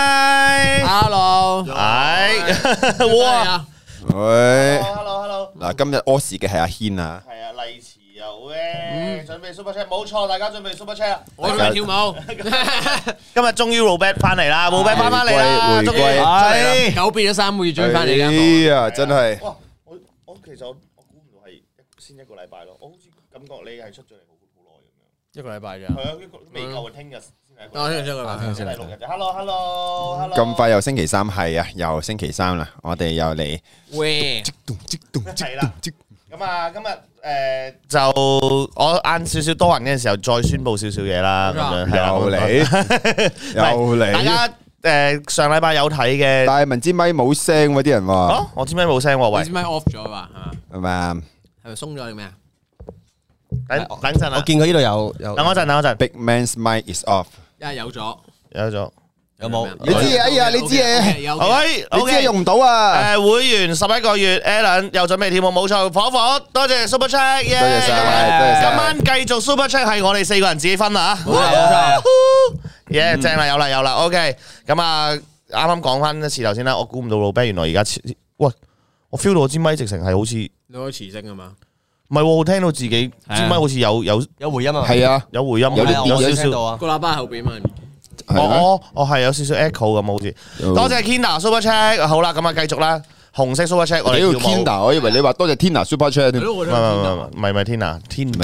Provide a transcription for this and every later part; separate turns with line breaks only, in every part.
Hi，
Hello，
係，哇，
哇，
喂，
Hello，Hello，
嗱，今日屙屎嘅係阿軒啊，
係啊，麗池有咧，準備 Super Chat，冇錯，大家準備 Super Chat 啦。
我準備跳舞，
今日終於 Robert 翻嚟啦，Robert 翻翻嚟啦，
回歸
終於
回歸
係。
久別咗三個月終於翻嚟
哎
啦，
呀，真係
哇！我我其實我我估唔到係先一個禮拜咯，我好似感覺你係出咗嚟好
一個禮拜咋？
好耐咁樣。係啊，一個未夠啊，聽日先係一個
我聽日一個禮拜
禮拜。第六日就 Hello，Hello，Hello。
咁快又星期三，係啊，又星期三啦，我哋又嚟，
喂，
係啦。咁啊，今日誒就我晏少少多人嘅時候，再宣佈少少嘢啦，咁樣係啦。
又
我
嚟，又
大
嚟，
家誒上禮拜有睇嘅。
但係文支咪冇聲喎，啲人話
啊！我支咪冇聲喎，
你
喂
支，咪 off À. 咗啊？係嘛？
係嘛？
係咪鬆咗定咩啊？
等等陣
我
啊，
見佢呢度有有
等我陣，等我陣，
Big man's mic is off，
因為有咗，
有咗，Dạ,
有冇？
你知嘢哎呀你知嘢
有嘅，
喂
你知係
，OK，À,
用唔到啊，
誒會員十一個月，Alan 又準備跳舞，冇錯，火火，多謝 Super Check，多
多謝晒多謝晒
今晚繼續 Super Check 係我哋四個人自己分啦啊！
冇錯冇錯，
嗯
耶，正啦，有啦，有啦，OK。咁啊，啱啱講翻一次頭先啦，我估唔到老 b 原來而家切，喂，我 feel 到我支咪直情係好似，唔
你可以磁性啊嘛？
係喎，我聽到自己支
係啊
咪好似有有
有回音啊？
係啊，
有回音，哦
有啲
有
有
少
啲
少
聽。到啊。
個喇叭喺後邊嘛，
係啊
我我我哦係有少少 echo 咁好似。
Ừ.
多謝 Kina Super Check，好啦，咁啊繼續啦，紅色 Super Check 我哋
屌
跳舞。
Tina，我以為你話多謝 Tina super chat
係
添，
咯，我
唔
都
係唔
見
係
到
唔。係唔係 Tina，Tina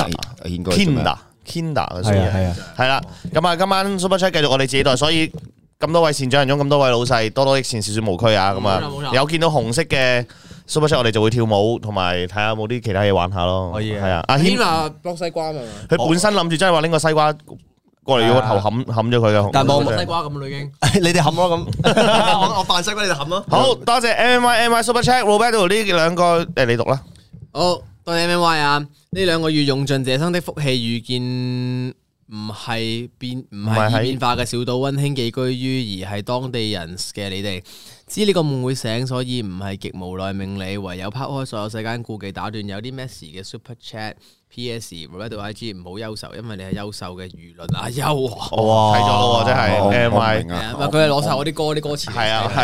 應該做咩
Tina Tina 嘅
係啊係啊
係啦。咁啊，今晚 Super Check 繼續我哋自己代，所以咁多位善長人中，咁多位老細，多多益善，少少無拘啊。咁啊
冇錯冇，錯
有見到紅色嘅 Super Check，我哋就會跳舞，同埋睇下有冇啲其他嘢玩下咯。
可以啊
係啊，阿
天
軒
啊，博西瓜嘛，係
佢本身諗住真係話拎個西瓜過嚟，要個頭冚冚咗佢嘅。
但
咪
冇
博西瓜咁啦已經。
你哋冚咯咁， 我我扮西瓜你哋冚咯。
好多謝 M Y M Y Super Check Roberto 呢兩個誒，你讀啦。
好，多謝 M Y 啊！呢兩個月用盡這生的福氣，遇見唔係變唔
唔係喺
係易變化嘅小島，温馨寄居於而係當地人嘅你哋。知呢個夢會醒，所以唔係極無奈命你，唯有拋開所有世間顧忌，打斷有啲咩事嘅 Super Chat。P.S. Roberto IG 唔好憂愁，因為你係優秀嘅輿論啊，優啊！
睇咗咯喎，真
我
係 M
我唔
Y
明
係啊
啊，
唔係佢係攞晒我啲歌啲歌詞嚟寫嘅，
係啊係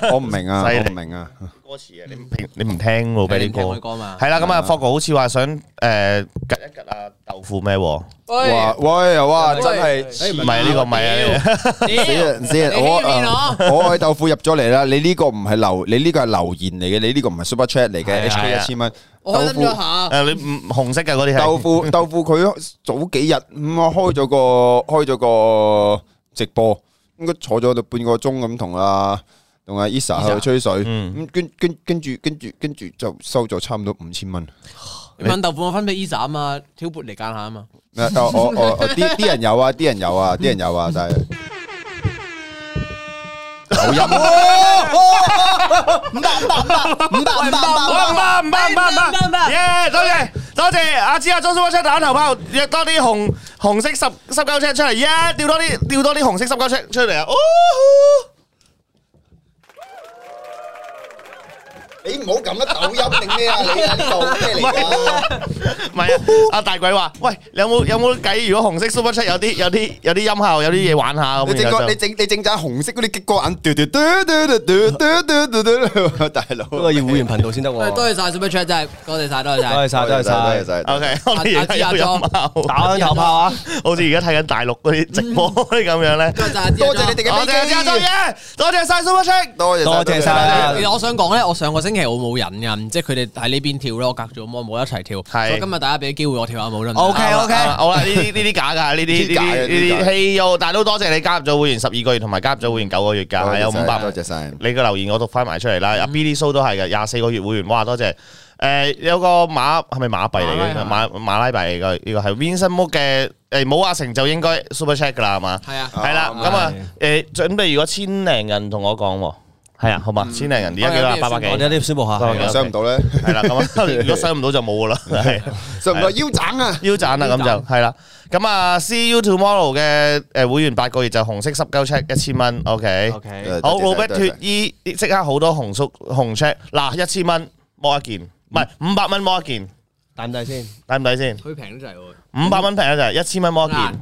啊。
我唔明啊，
犀利
我唔明啊，
歌詞啊，你唔平你唔聽老俾
你
你
唔聽我啲
歌。
歌嘛？
係啦，咁啊，霍哥好似話想誒吉一吉啊豆腐咩喎？
哇喂哇，真係
喂。
唔係呢個唔係啊，
屌
死人死人，
你欺
我
騙
啊我愛豆腐入咗嚟啦！你呢個唔係留，你呢個係留言嚟嘅，你呢個唔係 super chat 嚟
係啊
嘅
係啊
，HK 一千蚊。
我
豆
諗咗
腐
下。
誒你唔紅色嘅嗰啲係
豆腐豆腐，佢早幾日咁啊開咗個開咗個直播，應該坐咗度半個鐘咁同阿同阿 Isa 喺度吹水，
嗯
咁跟跟跟住跟住跟住就收咗差唔多五千蚊。
你問豆腐我分俾 Elsa 啊嘛，挑撥離間下啊嘛。
咩啊我我我我啲啲人有啊，啲人有啊，啲人有啊，但係有音
好唔得唔得唔得
唔得唔得
唔得唔得，耶！多謝多謝阿芝阿周小火車打頭炮，約多啲紅紅色十十九車出嚟，耶！調多啲調多啲紅色十九車出嚟啊！哦
你唔好撳乜抖音定咩啊？你喺度咩嚟㗎？
唔係啊，阿大鬼話：喂，你有冇有冇計？如果紅色 super 出有啲有啲有啲音效，有啲嘢玩下咁
你整
然後
個
就
你整你整盞紅色嗰啲激光眼，嘟嘟嘟嘟嘟嘟嘟嘟 嘟，大佬。
不過要會員頻道先得
喂
喎。
多謝晒 Super Chat 真係，多謝晒，多謝
多謝
晒。
晒，多謝晒，
晒
OK，我哋而家有音效，
打響頭炮啊！
好似而家睇緊大陸嗰啲直播啲咁樣咧。
多謝晒
多謝你哋
多
嘅
謝
飛
阿周
機，
爺，多謝晒 super 出。
多謝
多謝
其
晒。
實我想講咧，我上個星期我冇人㗎，即係佢哋喺呢邊跳咧，我隔住我冇一齊跳。
係
所以今日大家俾機會我跳下舞啦。
O K O
好啦
K，
好啦，呢啲呢啲假噶，呢啲
呢啲
呢
假
啲
嘅呢
呢
啲
啲
假
嘿喲，大佬多謝你加入咗會員十二個月，同埋加入咗會員九個月噶，係有五百
多謝晒。
你個留言我讀翻埋出嚟啦。阿 Billy So 都係嘅，廿四個月會員，哇，多謝。誒有個馬係咪馬幣嚟嘅？
馬
馬馬拉幣嚟嘅，呢個係 Vincent Mo 嘅誒冇阿成就應該 Super Check 噶啦，係嘛？
係啊，
係啦，
啱
咁啊誒準備如果千零人同我講喎，係啊，好嘛？千零人而家幾多啊？八百
我
幾
哋呢宣佈下，
多謝
收唔到咧，
係啦， 咁啊如果收唔到就冇噶啦，係。
收唔到腰斬啊！
腰斬啦，咁
腰斬
就係啦。咁啊，See you tomorrow 嘅誒會員八個月就紅色濕鳩 check 一千蚊，OK。
OK，
好，老筆脱衣即刻好多紅叔紅 check，嗱一千蚊摸一件，唔係五百蚊摸一件，
大唔大先？
抵唔抵先？
佢平得滯喎。
五百蚊平一就係一千蚊摸一件
嗱，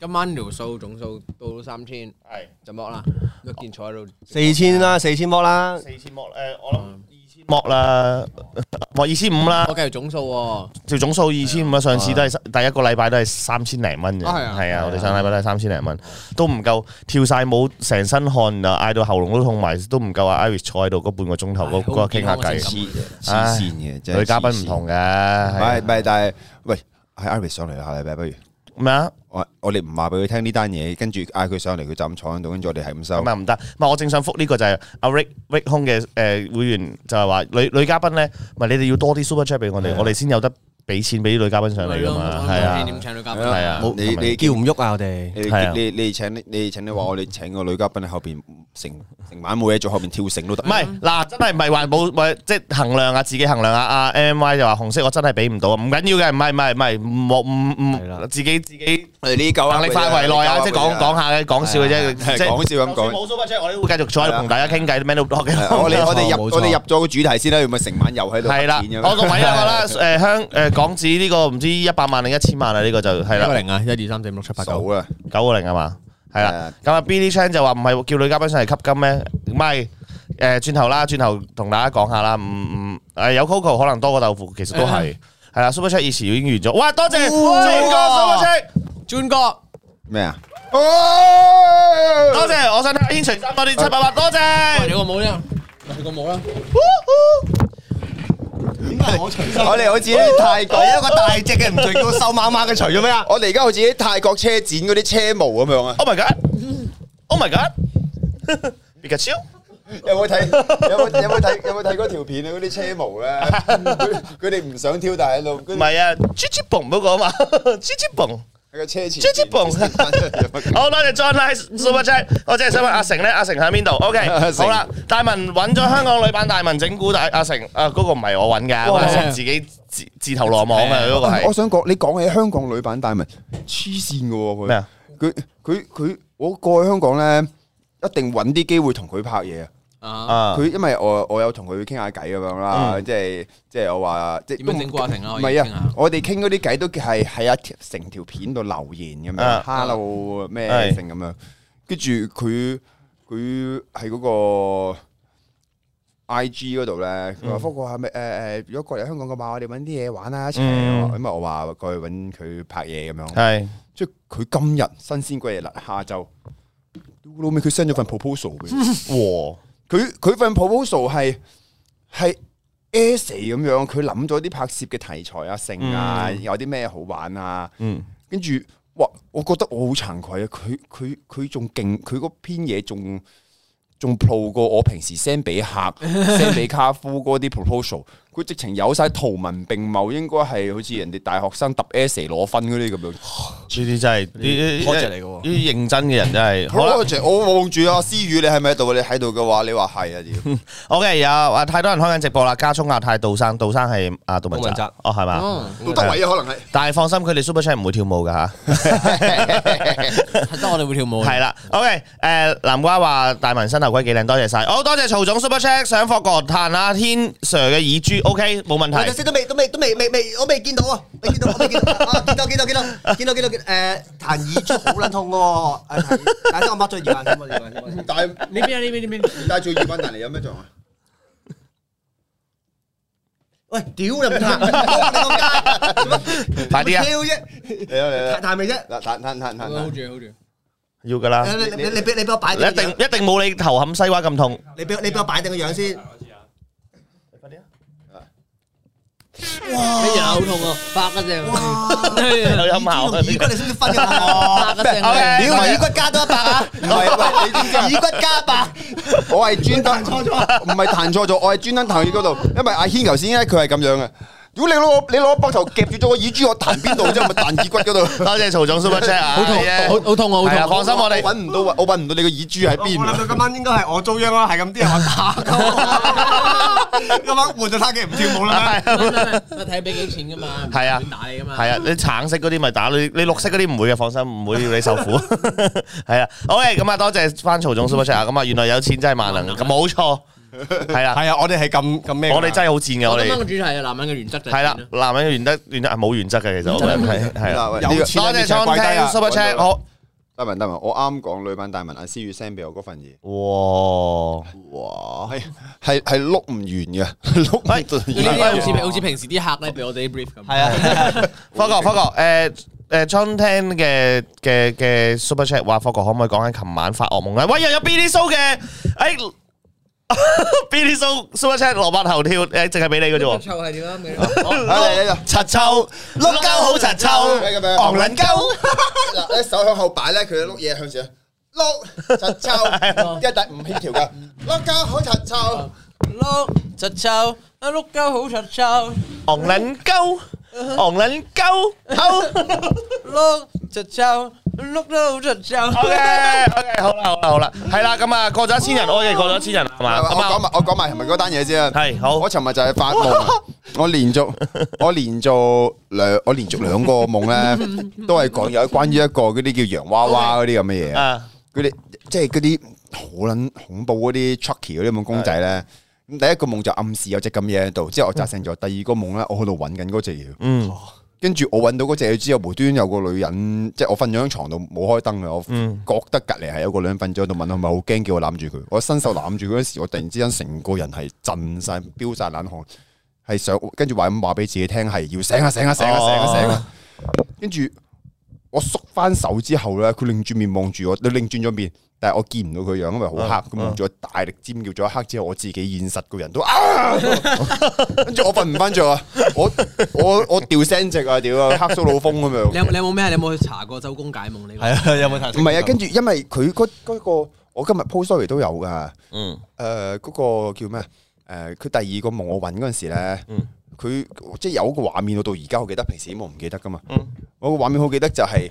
今晚條數總數到三千
係
就剝啦，一件坐喺度
四千啦，四千剝啦，
四千剝誒，我諗二千剝啦， 或二千五啦
我，計條總數喎，
條總數二千五啊！上次都係第一個禮拜都係三千零蚊嘅，
啊係啊
係啊，我哋上禮拜都係三千零蚊，都唔夠跳晒舞，成身汗啊，嗌到喉嚨都痛埋，都唔夠啊！Iris 坐喺度嗰半個鐘頭，嗰嗰個傾下偈，
咁
黐線嘅，真係
女嘉賓
黐
唔
線
同嘅，
唔
係啊
係唔係，但係喂，係 Iris 上嚟啦，下禮拜不如
咩啊？
我我哋唔話俾佢聽呢單嘢，跟住嗌佢上嚟，佢就咁坐喺度，跟住我哋係咁收
咁。啊唔得，唔係我正想覆呢個就係阿 Rick Rick 空嘅誒會員就係話女女嘉賓咧，唔係你哋要多啲 super chat 俾我哋，我哋先有得俾錢俾啲女嘉賓上嚟噶嘛，係啊，
點請到嘉
係
賓？
啊，
冇你你
叫唔喐啊！我哋
你
係啊
你你哋請你哋請你話我哋請個女嘉賓喺後邊成成晚冇嘢做，後邊跳繩都得。
唔係嗱，真係唔係環保，唔係即係衡量啊，自己衡量啊。阿 M Y 就話紅色我真係俾唔到啊，唔緊要嘅，唔係唔係唔係，唔
係
唔
啦
唔，自己自己
我哋呢嚿
能力範圍內啊，即係講講下嘅，講笑嘅 啫，
係
即係
講笑咁講。
super chat，我哋會繼續坐喺度同大家傾偈，man up
係我哋我哋入
冇錯
我哋入咗個主題先啦，要咪成晚又喺度
係啦
發展咁，
我個位啦，我啦， 誒香誒港紙呢個唔知一百萬定一千萬啊，呢個就係
一個
啦，
零啊，一二三四五六七八九
數，啦，
九個零啊嘛，係
係
啦
啊。
咁啊，Billy Chan 就話唔係叫女嘉賓上嚟吸金咩？唔係誒，轉頭啦，轉頭同大家講下啦。唔唔誒，有 Coco 可能多過豆腐，其實都係係啦。Super Chat 以前已經完咗，哇！多謝全哥 Super Chat，
尊哥
咩啊？
多謝。我想睇阿軒除衫多啲七百萬，多
你
謝。
個帽啫，你個帽啦，
點解我除衫？
我哋好似啲泰國，
一個大隻嘅唔除到瘦蜢蜢嘅除咗咩啊？
我哋而家好似啲泰國車展嗰啲車模咁樣啊！
Oh my god！Oh my god！別嘅超。
有冇睇？ 有冇有冇睇？有冇睇嗰條片啊？嗰啲車模咧， 佢佢哋唔想挑，但係喺度
唔
跟住
係啊，豬豬蹦嗰個啊嘛， 豬豬蹦。
喺個車前
豬豬蹦
面翻出嚟
好多謝 John Lie Super Chat，我真係想問阿成咧，阿成喺邊度？OK，
阿成
好啦，大文揾咗香港女版大文整蠱大阿成，啊嗰個唔係我揾㗎，
哇
阿成自己自自投羅網啊，嗰個
我
係
想講，你講起香港女版大文，黐線嘅喎佢
咩啊？
佢佢佢，我過去香港咧，一定揾啲機會同佢拍嘢啊！
啊，
啊
佢因為我我有同佢傾下偈咁樣啦，即係即係我話即係
點
都唔
樣整過阿成啊？
唔係
我要
啊
傾下，，
我哋傾嗰啲偈都係喺一成條片度留言咁
啊
樣，hello 咩
係
成咁樣，跟住佢佢喺嗰個 I G 嗰度咧，佢
嗯
話福哥係咪誒誒？如果過嚟香港嘅話，我哋揾啲嘢玩啊一齊，
嗯
咁啊我話過去揾佢拍嘢咁樣，
係
即係佢今日新鮮鬼日啦，下晝，屌老味佢 send 咗份 proposal 俾我。
和
佢佢份 proposal 係係 essay 咁樣，佢諗咗啲拍攝嘅題材啊、性啊，有啲咩好玩啊，
嗯
跟住哇，我覺得我好慚愧啊！佢佢佢仲勁，佢嗰篇嘢仲仲 pro 過我平時 send 俾客、send 俾卡夫嗰啲 proposal，佢直情有晒圖文並茂，應該係好似人哋大學生揼 essay 攞分嗰啲咁樣。
呢啲真係呢
project 嚟嘅
呢
喎
啲認真嘅人真係
啊
好啦。
我望住阿思雨，你喺咪喺度？你喺度嘅話，你話係啊？ 屌
OK，有啊太多人開緊直播啦，加聰亞太杜生，杜生係阿杜文
杜文
澤
澤，
哦係嘛？
嗯，
都得位啊，可能係。
但係放心，佢哋 Super Chat 唔會跳舞㗎嚇。
得我哋會跳舞，
系啦，OK，诶，南瓜話大文新頭盔幾靚，多謝晒，好多謝曹總 Super Check 上課個彈啊，天 Sir 嘅耳珠，OK，冇問
我哋
題，
先都未都未都未未未，我未見到啊！未見到，我未見到啊！見到見到見到見到見到見誒彈耳珠好撚痛嘅喎！誒彈耳但係我抹咗耳環先，抹咗耳環先。
但係
呢邊啊呢邊呢邊，
但係做葉問嚟有咩作用啊？
喂，屌你唔彈，你個街
快啲啊，
屌啫，
嚟啊嚟
彈
啊！
彈未啫？
嗱，彈彈彈彈
好
彈，
住好住。
要噶啦，
誒你你你俾你俾我擺
一
定個
定
樣，
一定冇你頭冚西瓜咁痛，
你俾你俾我擺定個樣先。
哎呀，好痛啊！啪一聲，
有音效啊
耳
呢
骨
個
你識唔識分㗎？
啪一聲，
OK
屌耳骨加多一百啊！
唔係喂，你知唔知啊？
耳骨加一百，
我係專登錯咗，唔係彈錯咗，我係專登彈去嗰度，因為阿軒頭先咧佢係咁樣嘅。如果你攞你攞膊頭夾住咗個耳珠，我彈邊度啫？咪彈耳骨嗰度。
多謝曹總 Super Check 啊，
好痛
係啊
好好痛啊好痛
係 啊放心我哋
揾唔到我揾唔到你個耳珠喺邊。
今晚應該係我遭殃啦，係咁啲人話打鳩我。今晚換咗他嘅唔跳舞啦咩？
我睇俾幾錢噶嘛？
係啊
唔會打你噶嘛？
係啊，你橙色嗰啲咪打你，你綠色嗰啲唔會嘅，放心，唔會要你 受苦。係啊，OK，咁啊，多謝翻曹總 Super Check 啊，咁啊，原來有錢真係萬能，咁冇錯，系啦，
係啊，我哋係咁咁咩㗎？
我哋真係好賤嘅，我
我今晚
哋
個主題係男人嘅原則就
係啦，男人嘅原則原則係冇原則嘅，其實我哋係係啦。
有
呢個
錢
多謝
人就
John
跪低啊
à,
Tang Super
搵到
Chat，
啦
好
得文得文，我啱講女版大文阿思雨 send 俾我嗰份嘢，
哇！
哇，係係係碌唔完嘅， 碌唔
喂
呢
完
啲好似
嘅。
好似平時啲客咧俾我哋啲 brief 咁。
係啊，
科哥，科哥，誒誒，John Ten 嘅嘅嘅 Super Chat 話，科哥可唔可以講緊琴晚發噩夢咧？喂，又有 Billy So 嘅， 誒 Billy So Super Chat 蘿蔔頭跳，誒，淨係俾你嘅啫喎。
臭係點啊？咁樣
嚟嚟嚟，
柒臭，碌鳩好柒臭，昂撚鳩，
嗱咧手向後擺咧，佢碌嘢向前，碌柒臭，一但唔協調噶，碌鳩好柒臭，
碌柒臭，啊碌鳩好柒臭，
昂撚鳩，昂撚鳩。
碌柒臭，碌得好柒臭
O K O K，好啦好啦好啦，係啦，咁啊過咗一千人，O K 過咗一千人係嘛？
我
咁
講
啊
埋我講埋係咪嗰單嘢先啊？
係好
我尋日就係 發夢啊，我連續我連續兩我連續兩個 夢咧，都係講有關於一個嗰啲叫洋娃娃嗰啲咁嘅嘢啊。
啊
佢哋即係嗰啲好撚恐怖嗰啲 Chucky 嗰啲咁嘅公仔咧。咁第一個夢就暗示有隻咁嘢喺度，之後我扎醒咗。第二個夢咧，我喺度揾緊嗰隻嘢，
嗯
跟住我揾到嗰隻嘢之後，無端有個女人，即係我瞓咗張床度冇開燈嘅，我
嗯
覺得隔離係有個女人瞓咗喺度，問我係咪好驚，叫我攬住佢。我伸手攬住佢嗰時，我突然之間成個人係震晒，飆晒冷汗，係想跟住話咁話俾自己聽係要醒啊醒啊醒啊醒啊醒啊！
哦
跟住我縮翻手之後咧，佢擰住面望住我，佢擰轉咗面，但係我見唔到佢樣，因為好黑。咁望住我大力尖叫咗一刻之後，我自己現實個人都啊！跟住我瞓唔翻着啊！我我我掉聲直啊！屌啊，黑蘇老風咁樣
你。有你有冇咩？你有冇去查過周公解夢呢個？
係啊，有冇睇？
唔 係啊，跟住因為佢嗰嗰個，我今日 post story 都有噶。
嗯
誒、嗰、個叫咩？誒、佢第二個夢我揾嗰陣時咧，
嗯
佢、即係有個畫面，我到而家好記得，平時啲夢唔記得噶嘛。
嗯
我個畫面好記得就係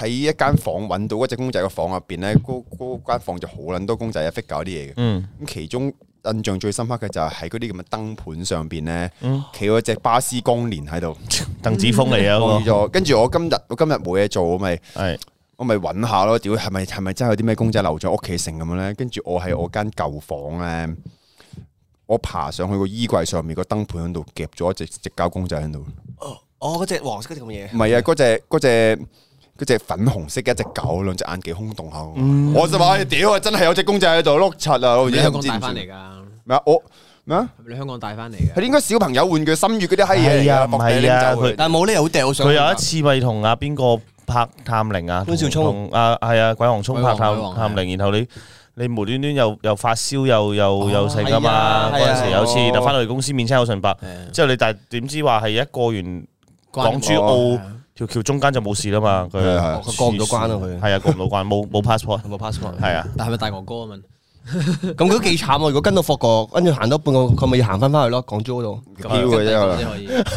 喺一間房揾到嗰只公仔嘅房入邊咧，嗰嗰間房就好撚多公仔啊 figure 啲嘢嘅。
嗯
咁其中印象最深刻嘅就係喺嗰啲咁嘅燈盤上邊咧，
嗯
企嗰只巴斯光年喺度，
鄧子峰嚟啊
望
嗰
住咗。跟住我今日我今日冇嘢做，我咪。
個係
我咪揾下咯，屌係咪係咪真係有啲咩公仔留咗屋企成咁樣咧？跟住我喺我間舊房咧，我爬上去個衣櫃上面個燈盤喺度夾咗一隻隻膠公仔喺度。
哦，嗰只黃色嗰隻咁嘢
唔。係啊，嗰隻嗰隻嗰隻粉紅色嘅一隻狗，兩隻眼幾空洞下。我就話：屌啊，真係有隻公仔喺度碌柒啊！我而
係咪
家
香
唔
港
知
帶
唔
翻嚟
算
㗎？係
咩啊？我咩啊？
咪你香港帶翻嚟嘅？
佢應該小朋友玩具心月嗰啲閪嘢嚟
係啊
㗎，
唔
搏地拎
係啊
走佢。
但係冇理由掉上
佢
去㗎。
有一次咪同阿邊個拍探靈啊？
潘兆聰
同啊係啊，鬼王聰拍
鬼王
探
鬼王
探靈，然後你。你無端端又又發燒又又又成噶嘛？
係啊
嗰
係啊
陣時有次就翻到嚟公司面青口唇白，
係啊
之後你但係點知話係一過完港珠
關
澳條橋中間就冇事啦嘛？佢
係係
佢過唔到關啊佢
係啊過唔到關，冇冇 passport
有冇 passport？
係啊。
但係咪大哥哥啊？問
咁佢都幾慘喎！如果跟到霍國，跟住行多半個，佢咪要行翻翻去咯，港珠嗰度。
飄嘅啫可
先
能，
可以。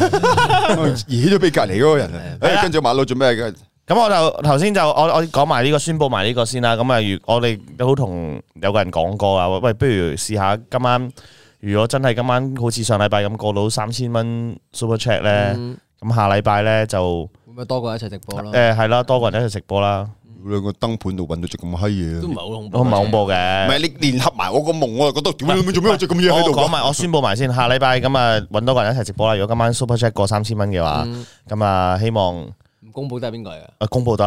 惹咗哎俾隔離嗰個人 啊！誒跟住馬路做咩嘅？
咁我就頭先就我我講埋呢個宣佈埋呢個先啦。咁啊，如我哋都同有個人講過啊，喂，不如試下今晚，如果真係今晚好似上禮拜咁過到三千蚊 super check 咧，
嗯
咁下禮拜咧就
會唔會多過一齊直
啊
播咯？
誒係啦，多個人一齊食波啦，
兩個燈盤度揾到隻咁閪嘢啊
都唔係好恐怖，
都唔係恐怖
唔係
嘅。
你聯合埋我個夢，我就覺得屌你做咩有隻咁嘢喺
我
度
講
㗎？
埋，我宣佈埋先，下禮拜咁啊揾多個人一齊直播啦。如果今晚 super check 過三千蚊嘅話，
嗯
咁啊希望。
唔公佈得係邊個嚟㗎？
啊，公布得，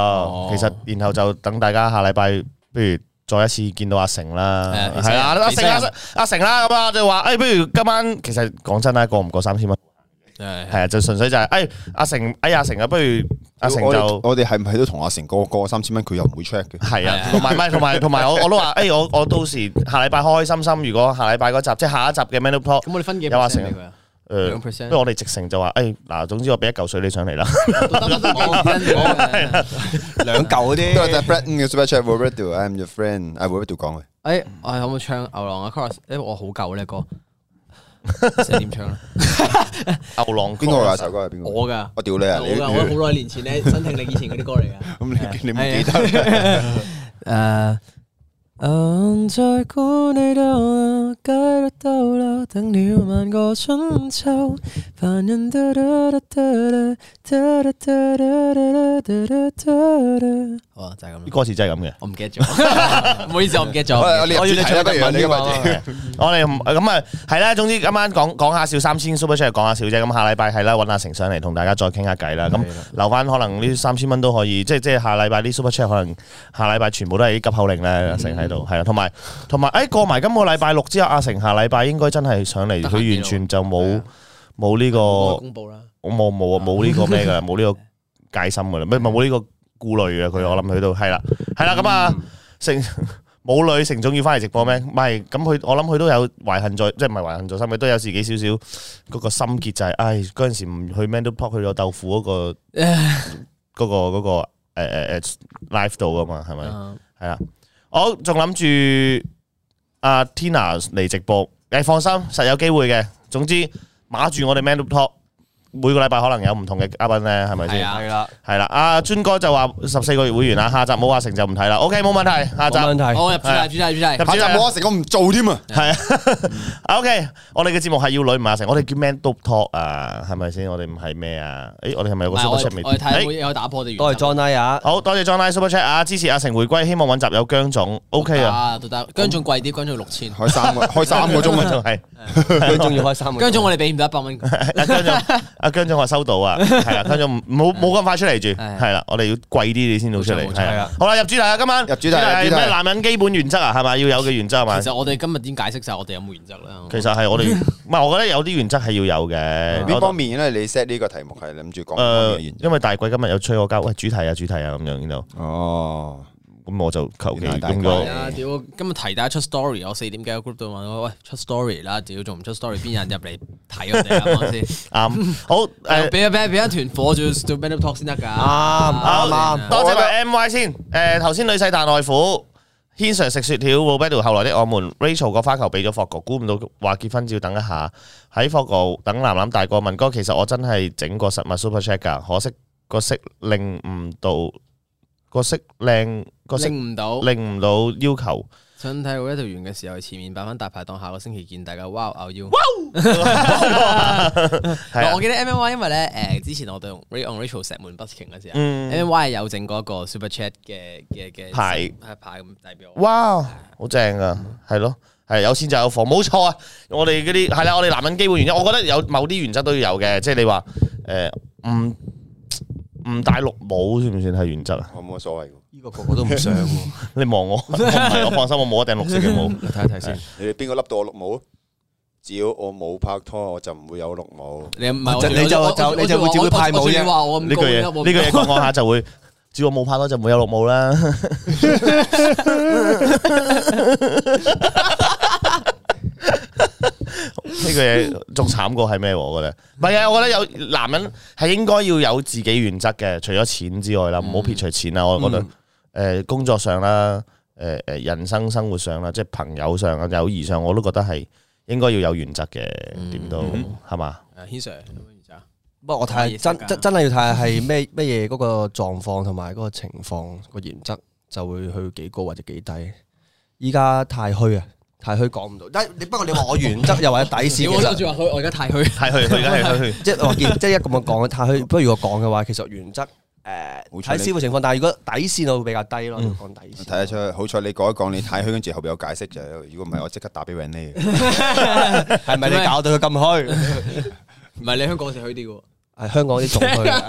其實然後就等大家下禮拜，不如再一次見到阿成啦
係啊，其實其
係啊，阿成
實
阿成阿成啦，咁啊就話，誒，不如今晚其實講真啦，過唔過三千蚊，
係
係啊，就純粹就係，誒，阿成，哎呀，阿成啊，不如阿成就。
我哋係咪都同阿成個個三千蚊，佢又唔會 check 嘅。
係啊，同埋唔係同埋同埋我我都話，哎誒我我到時下禮拜開開心心，如果下禮拜嗰集即係下一集嘅 Man Up Talk，
咁我哋分幾
有阿
percent
成
俾佢啊？兩
誒，
percent
不如我哋直成就話，誒嗱，總之我俾一嚿水你上嚟啦，
哦
都係
兩嚿嗰啲。
隻 Breton 嘅 super chat w o r r e d o I'm your friend，I w o r r e d o 講嘅。
誒，我係可唔可以唱牛郎啊 chorus？因為我好舊呢歌， 成點唱咧？啊
牛郎
邊個啊？首歌係邊個？
我㗎，
我屌你啊！
我
你
㗎，我好耐年前咧，申請你以前嗰啲歌嚟㗎。
咁你你唔記得？
誒，嗯在鼓你到啊，街都到啦，等了萬個春秋，凡人嘟嘟嘟嘟嘟嘟嘟嘟嘟嘟嘟嘟好啊，就係咁
啲
啦。
歌詞真係咁嘅。
我唔記 得咗，唔好意思，我唔記得咗。
我
我
你入主題啦，啊不如
啊
你今日
我哋唔咁啊，係啦，總之今晚講講下笑三千 super chat 講下笑啫，咁下禮拜係啦，揾阿成上嚟同大家再傾下偈啦。咁留翻可能呢三千蚊都可以，即係即係下禮拜啲 super chat 可能下禮拜全部都係啲急口令咧，阿成喺度係啊，同埋同埋誒過埋今個禮拜六之後，阿成下禮拜應該真係上嚟，
得閒啲
佢
咯
完全就冇
係啊
冇呢個
我公佈啦。
我冇冇冇呢個咩㗎啦，冇呢個戒心噶啦，唔係冇呢個顧慮嘅佢，我諗佢都係啦，係啦咁啊。成 冇女成總要翻嚟直播咩？唔係咁佢，我諗佢都有懷恨在，即係唔係懷恨在心嘅，都有自己少少嗰個心結就係、唉嗰陣時唔去 Mandel Park 去咗豆腐嗰、個嗰、個嗰、個誒誒、誒 life 度啊嘛，係咪？
啊
係啦，我仲諗住阿 Tina 嚟直播，你放心，實有機會嘅。總之馬住我哋 Man Up Talk，每個禮拜可能有唔同嘅嘉賓咧，係咪
係
先？
啊，
啦，
係啦，阿尊哥就話十四個月會員啊啦，下集冇阿成就唔睇啦。OK，冇問題，下集
冇問題。
我入主題，主題，主題。
下集冇阿成，我唔做添啊！
OK，我哋嘅節目係要女唔係阿成，我哋叫 Man Up Talk 啊，係咪先？我哋唔係咩啊？誒，我哋係咪有
唔
個
係
Super
我
Chat 未？
我哋睇有冇
誒
有打破地原則
多謝 John 拉 啊！
好多謝 John Lie Super Chat 啊，支持阿成回歸，希望揾集有姜總。OK 啊，
啊，都得。姜仲貴啲，姜仲六千。
開三個，開三個 鐘啊！
就係。
佢仲要開三個鐘
姜總我哋俾唔到一百蚊。
阿 姜總，阿姜總話收到啊，係啦，姜總唔冇冇咁快出嚟住，
係
係啦，我哋要貴啲你先到出
冇錯
嚟，
冇錯
係啊。好啦，入主題啊，今晚
入主題入主題
咩男人基本原則啊，係咪要有嘅原則係咪
其？實我哋今日點解釋晒我哋有冇原則啦？
其實係我哋，唔係我覺得有啲原則係要有嘅。
呢
我
方面咧，你 set 呢個題目係諗住講
誒
嘅，原因。
因為大貴今日有催我交，喂主題啊主題啊咁樣呢度，
哦，
咁我就求其
原來大貴
咁
係
個。
啊，屌！今日提大家出 story，我四點幾個 group 度問我，喂出 story 啦，屌仲唔出 story？邊有人入嚟睇我哋啊？係咪先？
啱， 好誒，
俾一俾俾一團火，仲要做 band up talk 先得㗎。
啊啱啱啱
多謝
我覺得
埋 M Y 先。誒頭先女婿大內父。軒 Sir 食雪條 r o b e r t 後來的我們，Rachel 個花球俾咗霍哥，估唔到話結婚照等一下，喺霍哥等男男大個問哥，其實我真係整過實物 Super Check 㗎，可惜個色令唔到，個色靚個色
拎唔到，
令唔到要求。
想睇好一條完嘅時候，前面擺翻大排檔，下個星期見大家。哇！牛腰，
係啊
我記得 M M Y，因為咧誒，之前我哋用 Ray on Rachel 石門 busking 嗰時啊
嗯
，M M Y 係有整過一個 Super Chat 嘅嘅嘅
牌
係牌咁代表我。
哇，好正啊，係咯，係有錢就有房，冇錯啊！我哋嗰啲係啦，我哋男人基本原則，我覺得有某啲原則都要有嘅，即係你話誒唔唔戴綠帽算唔算係原則啊？
我哦冇乜所謂嘅。
呢個個個都唔想喎，
你望我，我唔係我放心，我冇一頂綠色嘅帽。
睇一睇先，
你哋邊個笠到我綠帽？只要我冇拍拖，我就唔會有綠帽。
你唔係我
就你就
我
就
我
你就會照佢派帽啫
我仲要話我
呢
咁
句
高
嘢
嘅我
呢句嘢講講下就會，只要我冇拍拖就唔會有綠帽啦。呢句嘢仲慘過係咩喎？我覺得唔係啊！我覺得有男人係應該要有自己原則嘅，除咗錢之外啦，唔好撇除錢啦。啊我覺得誒、呃工作上啦，誒、呃、誒人生生活上啦，即係朋友上啊、友誼上，我都覺得係應該要有原則嘅，點都係嘛？
誒軒 Sir 有冇原則啊
不過我睇下真真真係要睇下係咩咩嘢嗰個狀況同埋嗰個情況個原則就會去幾高或者幾低。依家太虛啊，太虛講唔到。但你不過你話我原則又或者底線，其
屌我諗
實
住話佢，我而家太虛。
係去去而家係去去。
即係我見即係一咁樣講太虛。不如我講嘅話，其實原則
好彩
睇
你
師傅情況，但係如果底線我會比較低咯，講底
睇得
線。
出，好彩你講一講，你太虛，跟住後邊有解釋就係。如果唔係，我即刻打俾 Renee。
係咪你搞到佢咁虛？
唔係你香港嗰時虛啲嘅喎。
係香港啲仲 虛，啊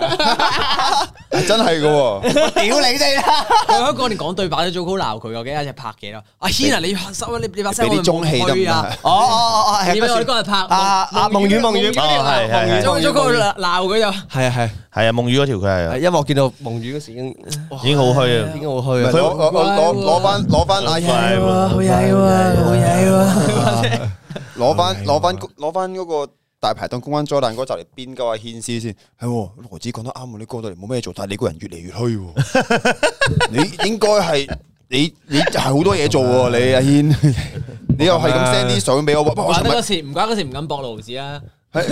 真係嘅喎，
屌你哋啦！
我香港連講對白都糟糕鬧佢，我記得一日拍幾啦。阿軒啊，你收你你把聲
俾啲中氣得唔
去啊
得？？
哦哦哦，係
點解我哋嗰日拍
啊啊夢與夢與
嗰條
哦係係係
糟糟糕鬧佢又
係啊係啊，
係啊，夢雨嗰條佢係啊
係因為我見到夢雨嗰時已經
已經好虛
已
啊。
經好虛啊
佢。我我我攞攞翻攞翻阿
係喎
好曳喎，好曳喎。
攞翻攞翻攞翻嗰個大排檔公關災難嗰集嚟邊鳩阿軒師先，係喎羅子講得啱喎，你過到嚟冇咩做，但係你個人越嚟越虛喎，你應該係你你係好多嘢做喎，你阿軒，你又係咁 send 啲相俾我，哇
唔
我
怪得
尋日
嗰時，唔怪得嗰時唔敢駁路子啊！
係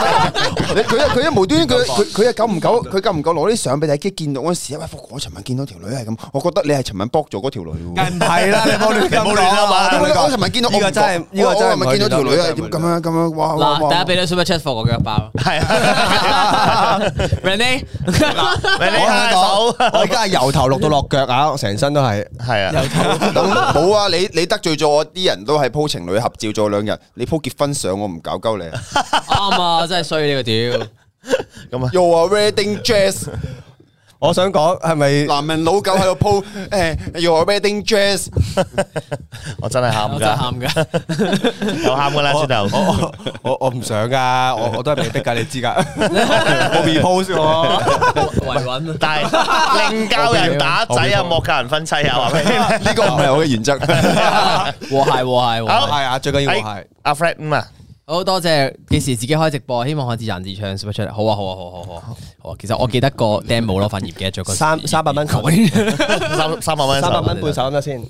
佢佢佢一無端端佢佢佢又久唔久佢久唔久攞啲相俾大家見到嗰時，喂，我尋晚見到條女係咁，我覺得你係尋晚卜咗嗰條女
梗
喎。
唔係 啦，你冇亂
你冇亂
咁講
啊嘛
啊！
我我尋晚見到，
呢個真係呢個真係
我尋日見到條
啊
女係點咁樣咁樣，哇哇
嗱，
哇！
大家俾啲 super chat 放我腳爆
系 啊，
，Rene
你
我
下
喺
手
度， 我而家係由頭落到落腳啊，我成身都係。
系啊，
冇啊！你你得罪咗我，啲人都係 po 情侶合照咗兩日，你 po 結婚相我唔搞鳩你。
啱啊，真係衰呢個屌，
咁啊，
又話 wedding dress，
我想講係咪？
男人老狗喺度 po 誒，又話 wedding dress，
我真系喊
我真係
噶，
喊㗎。
又喊噶啦，转头。
我我唔想噶，我我都係被逼噶，你知噶。我 repose 我，
维稳 啊！
但系令教人打仔啊，莫教人分妻啊，話俾你聽
呢個唔係我嘅原 則。
和諧和諧和
好
諧，
係啊，最緊要係
哎阿 Fred 嗯啊，
好多謝幾時自己開直播，希望可以人字唱 super 出嚟。好啊好啊好啊好啊好啊好啊！其實我記得個 demo 咯，反而唔記得咗個
三三百蚊手，
三三百蚊，
三百蚊半手得先，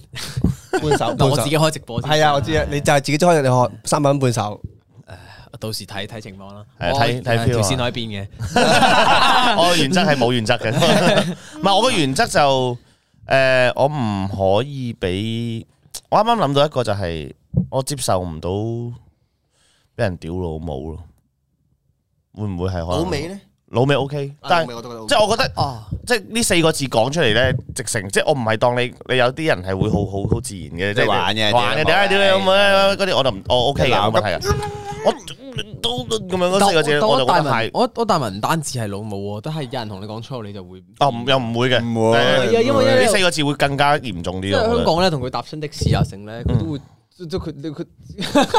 半手
但
半
我
手
自己。開直播先
係啊，我知啊，你就係自己開你學三百蚊半手。
到時睇睇情況啦。
係睇睇 feel 啊
條線喺邊嘅。
我原則係冇原則嘅，唔係我個原則就诶、我唔可以俾我啱啱諗到一個就係我接受唔到俾人屌老母咯，會唔會係可能
老尾咧，
老尾 OK，但係
我都覺得
即係我覺得
哦，
即係呢四個字講出嚟咧，直成即係我唔係當你你有啲人係會好好好自然嘅，即係
玩嘅
玩嘅，
屌
屌你屌你咁樣嗰啲我就唔我 OK 嘅，冇問題嘅。我都都咁樣嗰四個字
但
我
我
就覺
大
得
文
係，
我我大文唔單止係老母喎，都係有人同你講粗口你就會。
哦唔又唔會嘅，
唔會
係
誒
啊因為因為
呢四個字會更加嚴重啲
因為
咯。我覺
香
得
港咧，同佢搭親的士啊，成
嗯
咧佢都會。即即佢佢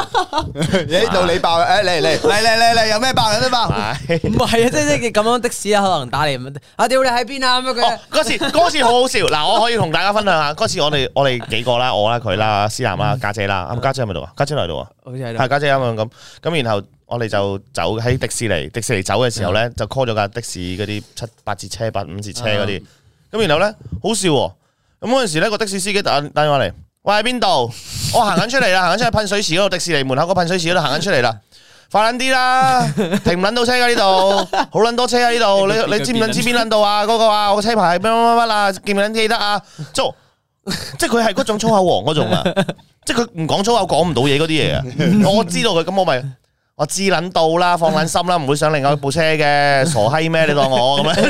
誒到你爆誒嚟嚟嚟嚟嚟嚟，有咩爆有咩爆？
係
唔係啊！即即你咁樣的士啊，可能打你咁樣啊！屌你喺邊啊咁樣佢
哦，嗰次嗰次好好笑。嗱，我可以同大家分享下，嗰次我哋我哋幾個啦，我啦佢啦，思南啦，家姐啦，啱家姐喺咪度啊？家姐嚟度啊？
好似喺
係
度
家姐啱啱咁，咁然後我哋就走喺迪士尼，迪士尼走嘅時候咧，就 call 咗架的士嗰啲七八折車、八五折車嗰啲，咁然後咧好笑喎，咁嗰陣時咧個的士司機打打電話嚟，喂喺邊度？我行緊出嚟啦，行緊出去噴水池嗰度，迪士尼門口個噴水池嗰度行緊出嚟啦。快撚啲啦！停唔撚到車㗎呢 度，好撚多車啊呢度！你你知唔撚知邊撚度啊？嗰個啊，我個車牌係乜乜乜乜啊？記唔撚記得啊？即係即係佢係嗰種粗口王嗰種啊！即係佢唔講粗口講唔到嘢嗰啲 嘢啊！我知道佢咁，我咪我知撚到啦，放撚心啦，唔會上另外一部車 嘅，傻閪咩？你當我咁樣？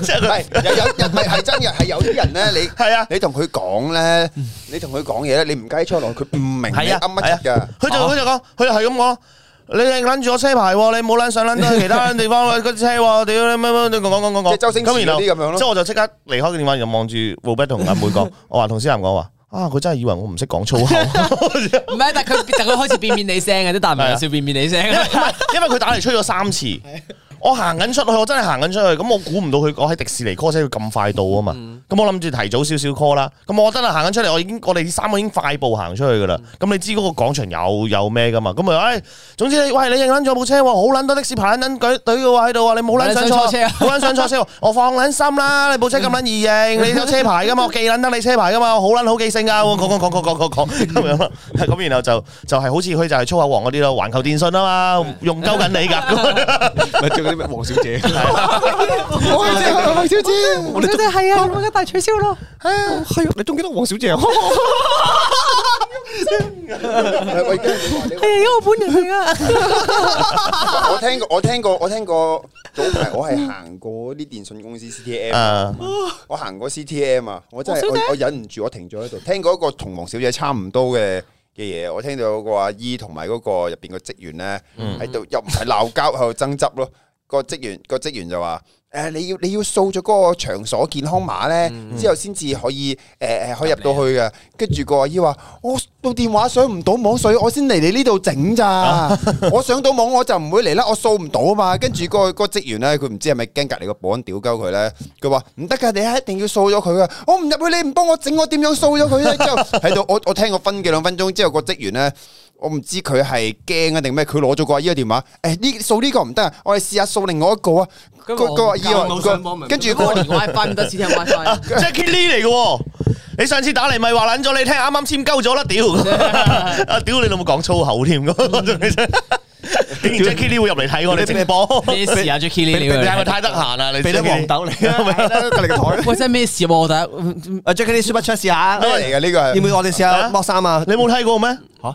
即係
唔
佢
係有有有唔係係真嘅，係有啲人咧，你
係啊，
你同佢講咧，你同佢講嘢咧，你唔雞出落，佢唔明你
係啊
噏乜嘢㗎。
佢就佢就講，佢就係咁講。你係撚住我車牌喎，你冇撚上撚到去其他地方嗰啲車喎，屌你乜乜，你講講講講講。
即係周星馳
咁然後
嗰啲咁樣咯
即係我就即刻離開個電話，就望住 Robert 同阿妹講，我話同思南講話，啊佢真係以為我唔識講粗
唔
口。
係，但佢 但佢開始變變你聲嘅，啲大文有
啊
少變變你聲。
唔係，因為佢打嚟吹咗三次。我行緊出去，我真係行緊出去，咁我估唔到佢，我喺迪士尼 call 車佢咁快到啊嘛，咁我諗住提早少少 call 啦，咁我真係行緊出嚟，我已經我哋三個已經快步行出去噶啦，咁你知嗰個廣場有有咩噶嘛，咁啊，唉，總之你喂你認撚咗部車喎，好撚多的士排撚撚隊隊嘅喎喺度啊，你冇撚上
冇撚上錯
錯
車啊
冇撚上錯車喎， 我放撚心啦，你部車咁撚易認，你有車牌噶嘛，我記撚得你車牌噶嘛，我好撚好記性噶，我講講講講講講講咁樣咯，咁然後就就係好似佢就係粗口王嗰啲咯，環球電信啊嘛，用鳩緊你㗎。
咪仲有啲咩黃小姐？
我係黃小姐，
我哋真係啊，我而家大取消咯。係啊，你仲記得黃小姐啊？
我已經話你
係因為我本人嚟噶。
我聽過，我聽過，我聽過。早排我係行過啲電信公司 CTM，
啊
我行過 CTM 啊，我真係我我忍唔住，我停咗喺度。聽過一個同黃小姐差唔多嘅嘅嘢，我聽到有個阿姨同埋嗰個入邊個職員咧喺度，又唔係鬧交，喺度爭執咯。個職員個職員就話。誒你要你要掃咗嗰個場所健康碼咧，之後先至可以誒誒可以入到去嘅。跟住個阿姨話：我到電話上唔到網，所以我先嚟你呢度整咋。我上到網我就唔會嚟啦，我掃唔到啊嘛。跟住個個職員咧，佢唔知係咪驚隔離個保安屌鳩佢咧，佢話唔得㗎，你一定要掃咗佢啊！我唔入去，你唔幫我整，我點樣掃咗佢咧？之後 喺度，我我聽過分幾兩分鐘之後，個職員咧。我唔知佢係驚啊定咩，佢攞咗個阿姨嘅電話，誒呢掃呢個唔得啊，我哋試下掃另外一個啊。個個阿姨話
冇上網
個
咪
跟住
如果我
個
連 WiFi 唔得，只聽 WiFi。
，Jackie Lee 嚟嘅喎。你上次打嚟咪話撚 咗你聽，啱啱簽鳩咗啦，屌！啊屌你老母講粗口添，咁 竟然 Jackie Lee 會入嚟睇我哋直播，
咩事啊，Jackie
你
Lee？你
你係咪
會
太得閒啦？你
俾啲黃
Jackie Lee？
豆你啊，隔離個台。
喂，真係咩事喎？我第一
啊，Jackie 啲 super chat 試下，
咩
嚟嘅呢個
要唔
係
要我哋試下剝衫啊？
你冇睇過咩？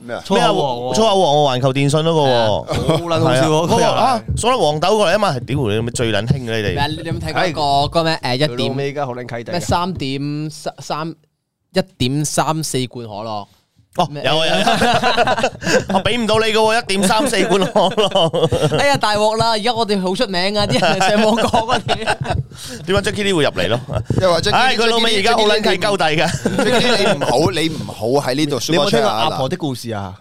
咩啊？
粗
咩啊
口 王喎
粗口王我環球電信嗰個喎。
好撚
係
好
啊
笑喎，
嗰個
嗰
啊，所粒黃豆過嚟啊嘛，係屌你咁最撚興嘅你
咩啊？
哋。
你有冇睇過一個嗰咩誒
個
一
佢老
點
尾而家好撚契弟
咩
嘅。
三點三三一點三四罐可樂？
哦，有啊有啊，我俾唔到你嘅喎，一點三四罐可樂。
哎呀大鑊啦！而家我哋好出名啊，啲人上網講我哋。
點解 Jackie Lee 會入嚟咯？
又話 Jackie
唉，佢老尾而家好撚契鳩弟嘅。
Jackie 你唔好，你唔好喺呢度
你有
super
冇聽
chat
過阿
啊！
婆
嗱
的故事啊？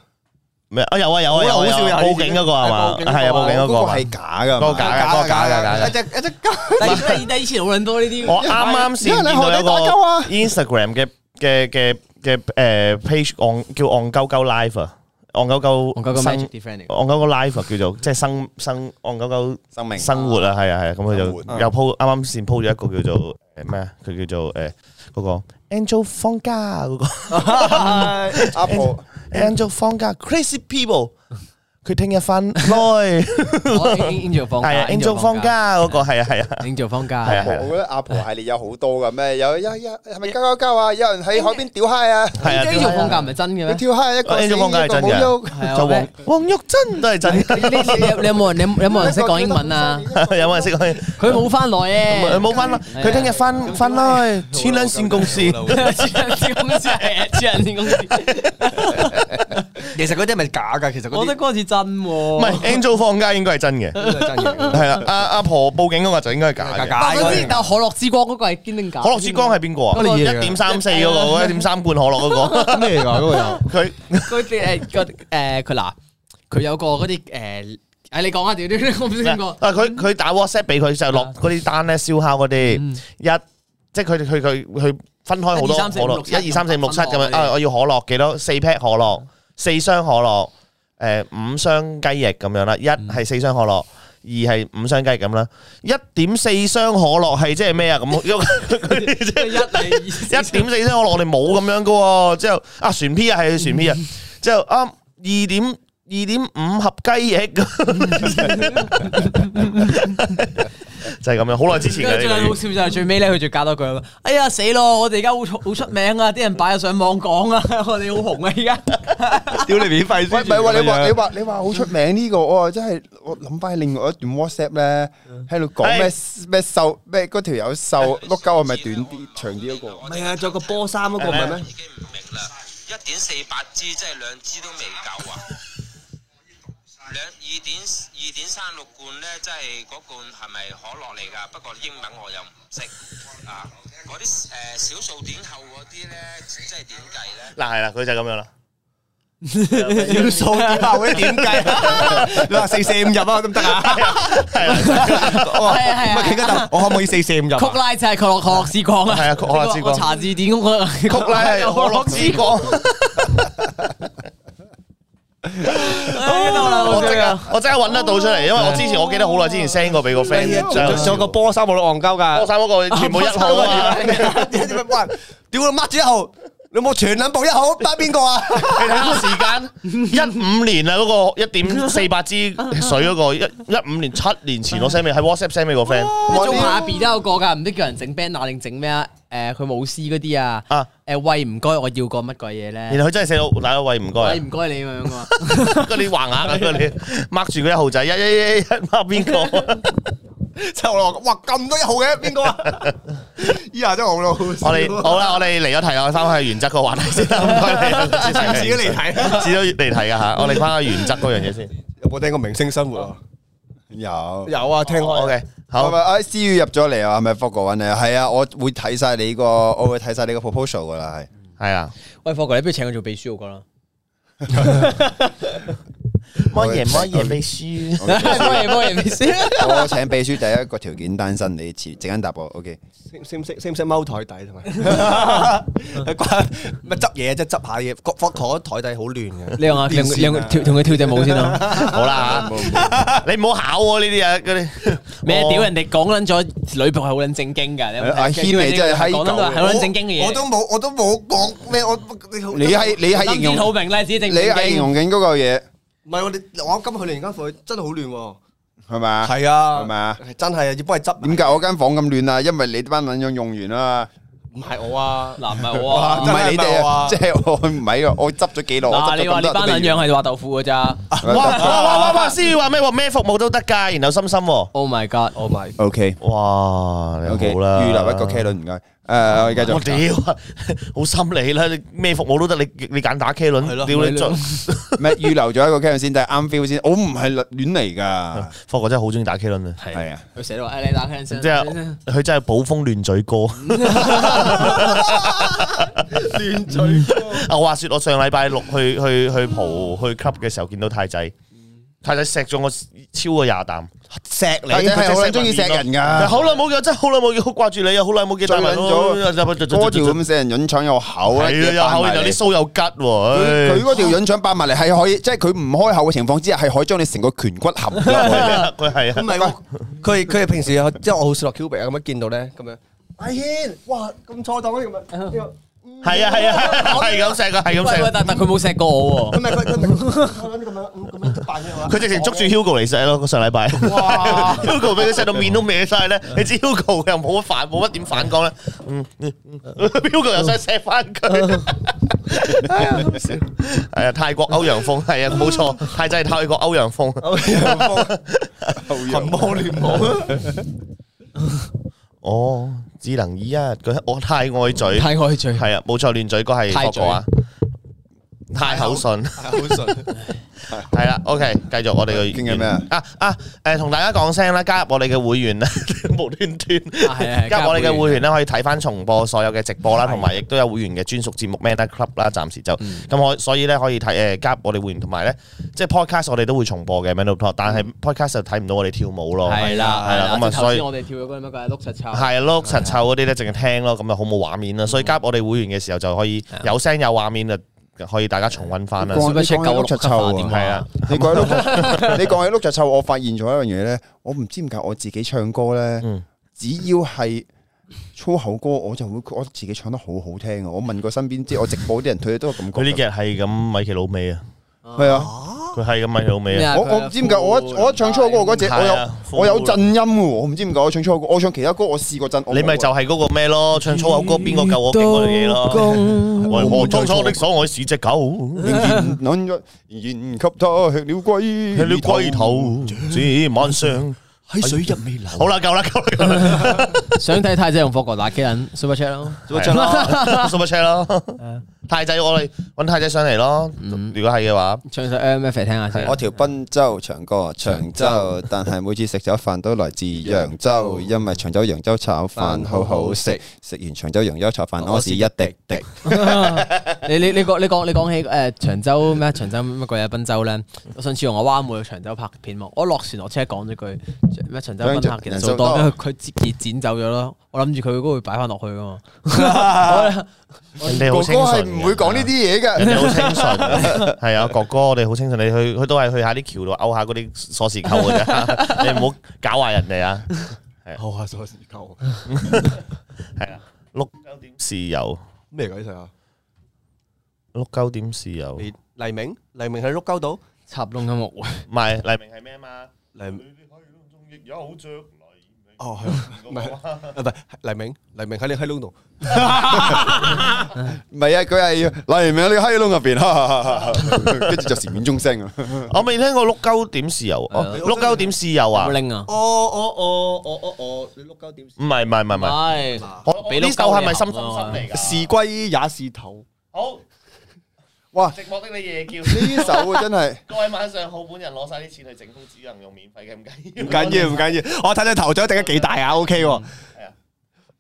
咩啊？有啊有啊有
好
啊
啊好少
有啊，
有
報警嗰個係嘛？
係報警嗰個
係啊，報警嗰
嗰
個
個
嘛。
係假㗎嘛，
嗰個假㗎嗰個假㗎假㗎
一隻一隻
但係但係以前好撚多呢啲。
我啱啱先見到有個 Instagram 嘅嘅嘅嘅誒 page 戇叫戇鳩鳩 live 啊，戇鳩
我
鳩
個
生
magic friend 嚟㗎。
戇鳩鳩 live 啊叫做即係生生戇鳩鳩。
生命
生活啊，係啊係啊，咁佢
生活
就又鋪啱啱先鋪咗一個叫做誒咩啊？佢叫做誒嗰個 Angel 放假嗰個
阿婆
Angel 放假 Crazy People，佢聽日翻來
我 Angel 放
係
假
啊 Angel 放假嗰個係啊係啊
Angel 放假
係啊
阿婆，我覺得阿婆系列有好多㗎咩？有一一係咪交交交啊？有人喺海邊屌嗨啊！
係啊
Angel 放假唔係真嘅
佢
咩？
跳嗨一個死，
Angel
一
放假係
個
真
冇
嘅
喐。
係啊
就黃
咩
黃玉珍都係真 嘅，
你你你有冇人你有冇人識講英文啊？
有冇人識佢？
佢冇翻來
佢
咧，
冇翻啦，
啊
佢聽日翻翻啦，千撚線公 司。
黐人線公司係啊，黐人線公司。
其實嗰啲係咪假㗎？其實
我
嗰
覺得
啲
嗰陣時真喎，
唔
唔
係 Angel 放假應該係真嘅，
都係真 嘅。
係啦。阿阿婆報警嗰個就應該係假
假
嘅。
假
但係嗰陣
嗰
時但係
啲
可樂之光嗰個係堅定假。
可樂 之光係邊個
嗰個
啊？一
嘢嚟㗎
點三四嗰個，一點三罐可樂嗰個。
咩嚟㗎？嗰個又
佢
佢哋誒個誒佢嗱，佢有個嗰啲誒，誒你講啊，屌屌，我唔識點講。
啊佢佢打 WhatsApp 俾佢就落嗰啲單咧，燒烤嗰啲
嗯
一，即係佢佢佢佢分開好多
一二
可
三四五六七啊
樂，一二三四五六七咁
分
樣
開
啊！我要可樂幾多？四 pack 可樂，四箱可樂，誒五箱雞翼咁樣啦，一
嗯
係四箱可樂。二係五箱雞翼咁啦，一點四箱可樂係即係咩 啊？咁因為佢即係
一嚟二
一點四升可樂，我哋冇咁樣噶喎。之後啊，船 P 啊，係船 P 啊。
嗯
之後啊，二點二點五盒雞翼， 就係咁樣。好耐之前
跟
嘅
住最好
呢
笑就係最尾咧，佢仲加多句啊！哎呀死咯！我哋而家好出好出名啊！啲人擺咗上網講啊， 我哋好紅啊！而 家
屌你免費
喂，唔係喎，你話你話你話好出名呢個，我真係我諗翻另外一段 WhatsApp 咧，喺度講咩咩瘦咩嗰條友瘦碌鳩係咪短啲長啲嗰個？
唔係啊，仲有個波衫嗰個唔 係咩？
已經唔明啦，一點四八支即係兩支都未夠啊！兩二點二點三六罐呢，即係嗰罐係咪可樂嚟㗎？不過英文我又唔識啊！嗰啲誒小數點後嗰啲呢，即係點計呢？
嗱係啦，佢就係咁樣啦。
要數點啊？嗰啲點 計？你話四四五入啊，得唔得啊？
係啦，
我
係啊係啊
唔係佢嗰度，我可唔可以四四五入啊？
曲拉就係可樂可樂之光啊！
係啊曲可樂之光
我查字典咁個曲
曲拉係可樂之光。 我即刻我即刻揾得到出嚟，因為我之前我記得好耐之前 send 過俾個 friend，
仲有啊仲有個波衫冇得戇鳩㗎
波。衫嗰個全部一號 啊嘛。
屌你掹住一號，你冇全捻部一號，得邊個啊？
你睇下時間，一五年啊，嗰個一點四八支 水嗰個，一一五年七年前我 send 俾喺 WhatsApp send 俾個 friend，
中下 B 都有個㗎，唔知叫人整 banner 定整咩啊？誒，佢舞獅嗰啲啊
啊，
誒喂唔該，我要個乜鬼嘢咧
然？後佢真係寫到大家喂 唔該啊
喂，唔該你咁樣 㗎嘛。
嗰啲橫額啊嗰啲，掹住佢一號仔，一一一一掹邊個？
就落，哇咁多一號嘅，邊個啊？依下真係好咯，
我 哋好啦，我哋離咗題啦，翻返去原則個話題先啦，唔該 你。
自己離題啊
自己離題㗎嚇，我哋翻去原則嗰樣嘢先。
有冇聽過明星生活啊？
有。
有啊，聽開
OK，
係
好
咪。啊？思雨入咗嚟啊？係咪福哥揾你啊？係啊，我會睇晒你個，我會睇晒你個 proposal 噶啦，係。
係啊，
喂，霍哥，你不如請佢做秘書好過啦。
乜嘢乜嘢秘書？
冇 嘢冇嘢，秘書。
我請秘書第一個條件單身，你遲陣間答我。OK，
識識唔識識唔識踎台底 同埋？關咪執嘢啫，執下嘢。個個個台底好亂嘅。
你用啊，你用你用跳同佢跳隻舞先啊！
好啦嚇，你唔好考我呢啲啊，嗰啲。
咩屌人哋講撚咗女仆係好撚正經㗎，你有冇睇
阿軒你真係閪狗
講撚到係好撚正經嘅嘢。
我都冇，我都冇講咩，我你好
你係你係形
林志
容
浩明啦，指正
你係形容緊嗰個嘢，
唔
唔係我哋，我今日去你間房真係好亂喎。
系咪啊？
係啊，
係咪啊？
係真係啊，要幫你執埋。
点解我间房咁亂啊？因為你班撚樣用完啦，
唔係我啊，
嗱唔係我啊
唔
哇真係
係你哋啊，即
真
係我唔係啊，我執咗幾耐？我
嗱，
執咗
你話
咁
你
多
班
都
撚
未
樣係話豆腐嘅咋
哇哇哇哇哇！思雨啊話咩喎？咩服務都得㗎，然後心心喎。
？Oh my god！
我咪
O K
哇，你
O K，
好啦，
預留一個 K 輪，唔該。诶，我繼續。
我屌，啊 好心理啦！你咩服務都得，你你揀打 K 輪，
係咯
屌
咪
你做
咯
唔係預留咗一個 K 輪先，但係啱 feel 先。我唔係亂嚟㗎，
霍哥真係好中意打 K 輪啊！
係啊。
佢成日都話：，誒你打 K
即
先，
係佢真係暴風亂嘴歌。
亂嘴。
啊！我話説，我上禮拜六去去去蒲去 club 嘅時候，見到太仔，太仔錫咗我超過廿啖，錫
太仔係好撚鍾意錫人㗎
好耐冇見，真係好耐冇見，好掛住你啊！好耐冇見，
最
帶埋
撚咗嗰條咁死人潤腸又厚啊，
係啊，又口又啲鬚又吉
佢佢
喎。
嗰條潤腸八埋嚟係可以，即係佢唔開口嘅情況之下係可以將你成個拳骨含咗落去嘅。
唉佢係
唔
啊，
係喎，佢佢係平時有即係我好少落 Q 幣啊，咁樣見到咧咁樣。阿軒，哇咁錯檔啊咁樣。
係啊，係啊，係咁錫㗎，係咁
喂喂
錫。
但但佢冇錫過我
佢
喎。
咪佢佢咪咁樣咁樣扮嘅我。
佢直情捉住 Hugo 嚟錫咯，上禮拜。Hugo 俾佢錫到面都歪晒咧，你知 Hugo 又冇乜反，冇乜點反抗咧。嗯嗯嗯 Hugo 又想錫翻 佢。系啊，泰國歐陽風係啊，冇錯，泰仔係泰國歐陽 風。
群魔亂舞。
哦，只能以一佢我太愛嘴，
太愛嘴，
係啊，冇錯，亂嘴哥係
太
霍
嘴
哥啊，太口信， 係啦，OK，繼續我哋嘅
傾緊咩啊
啊啊，诶，同大家講聲啦，加入我哋嘅會員啦， 無端端。
係啊 係
加入我哋嘅會
會
員咧，可以睇翻重播所有嘅直播啦，同埋亦都有會員嘅專屬節目 Meta Club 啦。暫時就咁我所以咧可以睇誒加入我哋會員，同埋咧即係 podcast 我哋都會重播嘅 Meta Club，但係 podcast 就睇唔到我哋跳舞咯。
係啦
係啦，咁啊所以。
我哋跳咗嗰乜鬼碌柒臭。啊
係碌柒臭嗰啲咧，淨係聽咯，咁就好冇畫面啦。所以加入我哋會員嘅時候，就可以有聲有畫面，就可以大家重温翻啦。
講 check 九六七
臭
點
啊
係啊，
你講起 碌，你講起碌就臭，我發現咗一樣嘢咧，我唔知點解我自己唱歌咧，
嗯
只要係粗口歌，我就會我自己唱得好好聽啊！我問過身邊，即係我直播啲人，佢哋都係咁
佢呢
講
幾
嘅。
日係咁米奇老尾啊，
係啊，
佢係咁米奇老尾啊，
我我唔知點解我一我一唱粗口歌嗰隻，我
係
有
啊
我有震音嘅喎，我唔知點解我唱粗口歌，我唱其他歌我試過震，我冇啊
你咪就係嗰個咩咯，唱粗口歌邊個救我勁嗰類嘢咯。我我當初的所愛是隻狗，
仍然諗咗，仍然給他吃了龜，
吃了龜頭，這晚上
喺水入未流。
好啦，夠啦，夠啦，
想睇太仔用霍哥打機人 super chat 咯，
做乜車啦？做乜車啦？太仔，我哋揾太仔上嚟咯。如果係嘅話，
唱首 M F 嚟聽啊下先。
我條賓州長過長洲，但啊係啊每次食咗飯都來自揚州，因為長洲揚州炒飯好好食，食完長洲揚州炒飯啊我是一滴滴。
你你你講你講你講起誒長洲咩長洲乜鬼啊賓州咧，我上次同我蛙妹去長洲拍片幕，我落船落車講咗句咩長洲哦賓客人數多，跟住佢截截剪走咗咯，我諗住佢嗰個會擺翻落去噶嘛。
人哋好清
係
純，
講呢啲嘢
人
㗎。
哋好清純，係啊，哥哥，我哋好清純。你去，佢都係去下啲橋度勾下嗰啲鎖匙扣 嘅啫，你唔好搞壞人哋啊。
好啊，鎖匙扣
係啊，碌鳩點豉油，
咩鬼事啊？
碌鳩點豉油，
你黎明，黎明喺碌鳩度，
插窿音樂會，
唔係黎明係咩嘛？
黎
亦有着黎明。
哦係，唔係唔係黎明，黎明喺你喺窿度，
唔係啊，佢係例如你個閪窿入邊哈哈哈哈， 跟住就禪院鐘聲啊。
我未聽過碌鳩點豉油，哦碌鳩點豉油啊？
冇
唔
拎啊！
哦哦哦哦哦哦，你碌鳩點？
係唔係唔係唔係，
係，
我我
俾
呢
碌鳩
首係咪
你
心心心
含啊
嚟㗎？
是歸也是頭，
好，
哇！
寂寞的你夜叫，
呢首啊真係
各位晚上好本人攞晒啲錢去整風，只能用免費嘅，唔緊要，
唔緊要唔緊要，我睇你頭獎定得幾大啊？OK 喎，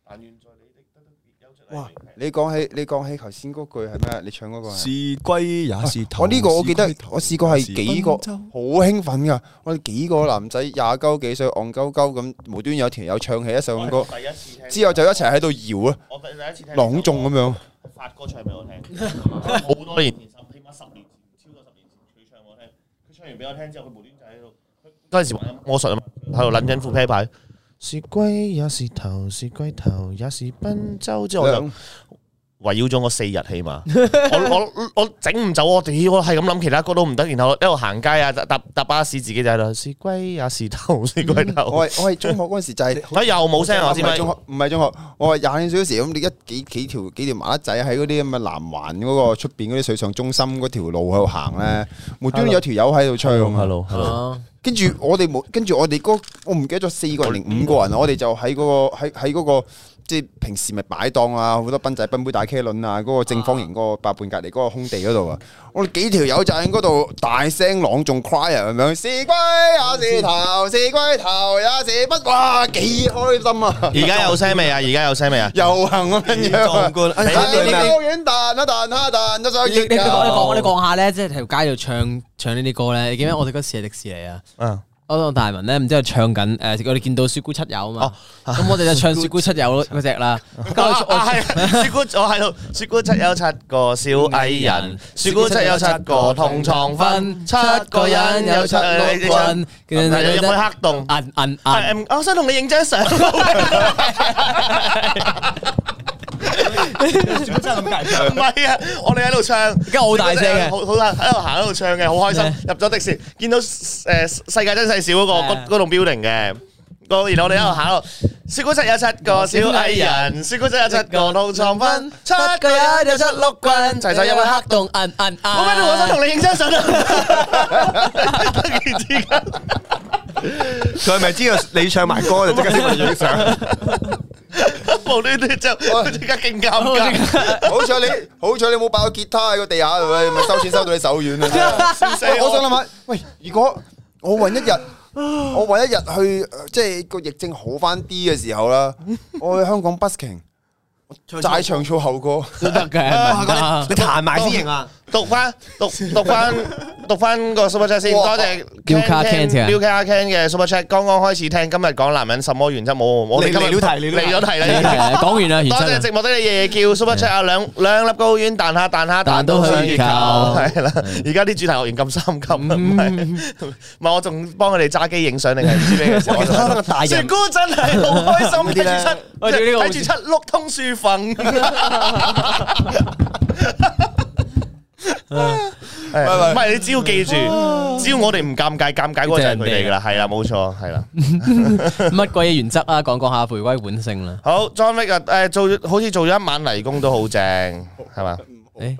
但願在你的得得別休出嚟
哇！你講起你講起頭先嗰句係咩啊？你唱嗰個係
是歸也是頭。
我呢個我記得
是歸也是頭
我試過係幾個
是賓州
好興奮噶，我哋幾個男仔廿鳩幾歲戇鳩鳩咁，無端有條友唱起一首咁歌，
第一次聽，
之後就一齊喺度搖啊，
我第第一次聽
朗誦咁樣。
發歌唱俾我聽，好多年前，起碼十年前，超過十年前佢唱我聽，佢唱完俾我聽之後，佢無端就喺度，嗰陣時玩魔術啊嘛，喺度撚緊副啤牌。是龜也是頭，是龜頭也是賓州之後我就
兩
圍繞咗我四日起碼，我我我整唔走我屌，我係咁諗其他歌都唔得，然後一路行街啊，搭搭搭巴士自己就喺度是龜啊是頭是龜頭，
我係我係中學嗰陣時就係、
佢又冇聲啊，
唔
知唔
係
知
中？學，唔係中學，我係廿幾歲嗰時咁，你一幾幾條幾條麻甩仔喺嗰啲咁嘅南環嗰個出邊嗰啲水上中心嗰條路喺度行咧，無端端有條友喺度唱啊
Hello，hello
啊，
跟住我哋冇，跟住我哋嗰我唔記得咗四個人定五個人啊，我哋就喺嗰個喺喺嗰個即係平時咪擺檔啊，好多賓仔賓妹打茄輪啊，嗰個正方形嗰個八半隔離嗰個空地嗰度啊，我哋幾條友就喺嗰度大聲朗誦 cry 啊咁樣，是龜也是頭，是龜頭也是不，哇幾開心 啊！
而家有聲未啊？而家有聲未啊？
遊行咁樣樣啊
壯觀哎
你
呀
你
你
你
你
公園彈一彈下彈一上
你你
月
你講
球
我哋講下咧，即係條街度唱唱呢啲歌咧，你記唔記得我哋嗰時係迪士尼啊？
嗯，
我當大文咧，唔知係唱緊誒，我哋見到雪姑七友啊
哦
嘛，咁我哋就唱雪姑七 友嗰只啦。咁我
啊
我
係雪姑，我喺度。雪姑七有七個小矮人，雪姑七有七個同床瞓，七個人有七碌棍，啊有冇黑洞？哎
銀銀銀，
係我想同你影張 相。
真係咁介
唔係啊，我哋喺度唱，
家好大聲嘅
好好大喺度行喺度唱嘅，好開心
咩。
入咗的士，見到誒世界真細小嗰個
係啊
嗰嗰棟 building 嘅。個然後我哋喺度行喺度，雪糕室有七個小矮人，雪糕室有七個老床分，七個人有七碌棍，齊齊有位黑。
洞，銀銀銀。
我咩都好想 同你影張相 啊！突然之間，
佢係咪知道你唱埋歌就即刻識影相？
無端端就 即刻勁尷尬，
好彩你好彩你冇爆吉他喺個地下度，喂咪收 錢收到你手軟啊！真係
笑死
我想諗下，喂，如果我揾一日，我揾一日去，呃即係個疫症好翻啲嘅時候 啦，我去香港 busking，齋唱粗口歌，
都得嘅，
啊
係
哇你彈埋先型啊！
讀翻 讀讀翻讀翻個 super chat 先，
哇
多謝
Liu Ka Ken 嘅
Liu Ka Ken 嘅 super chat，剛剛開始聽，今日講男人什麼原則冇，我哋
嚟
今日
嚟了題嚟了題
嚟咗題
係
啦。
係講完啦，
多
原
謝
則
寂寞的你夜夜叫 super chat 啊，兩兩粒高丸彈下彈下
彈到去月球嗯
係啦。而家啲主題樂園咁心急，唔係唔係，我仲幫佢哋揸機影相定係唔知咩 嘅時候。我就
可能大
雪
人
姑真係好開心，睇住 七
喂屌呢個好
睇住七碌通書 瞓。啊係唔係你只要記住，只要我哋唔尷尬，尷尬嗰個就係佢哋噶啦，係啦，冇錯，係啦。
乜鬼嘢原則啊？講講下回歸本性 啦。
好，John Wick 啊，誒做好似做咗一晚泥工都好正，係嘛？
誒，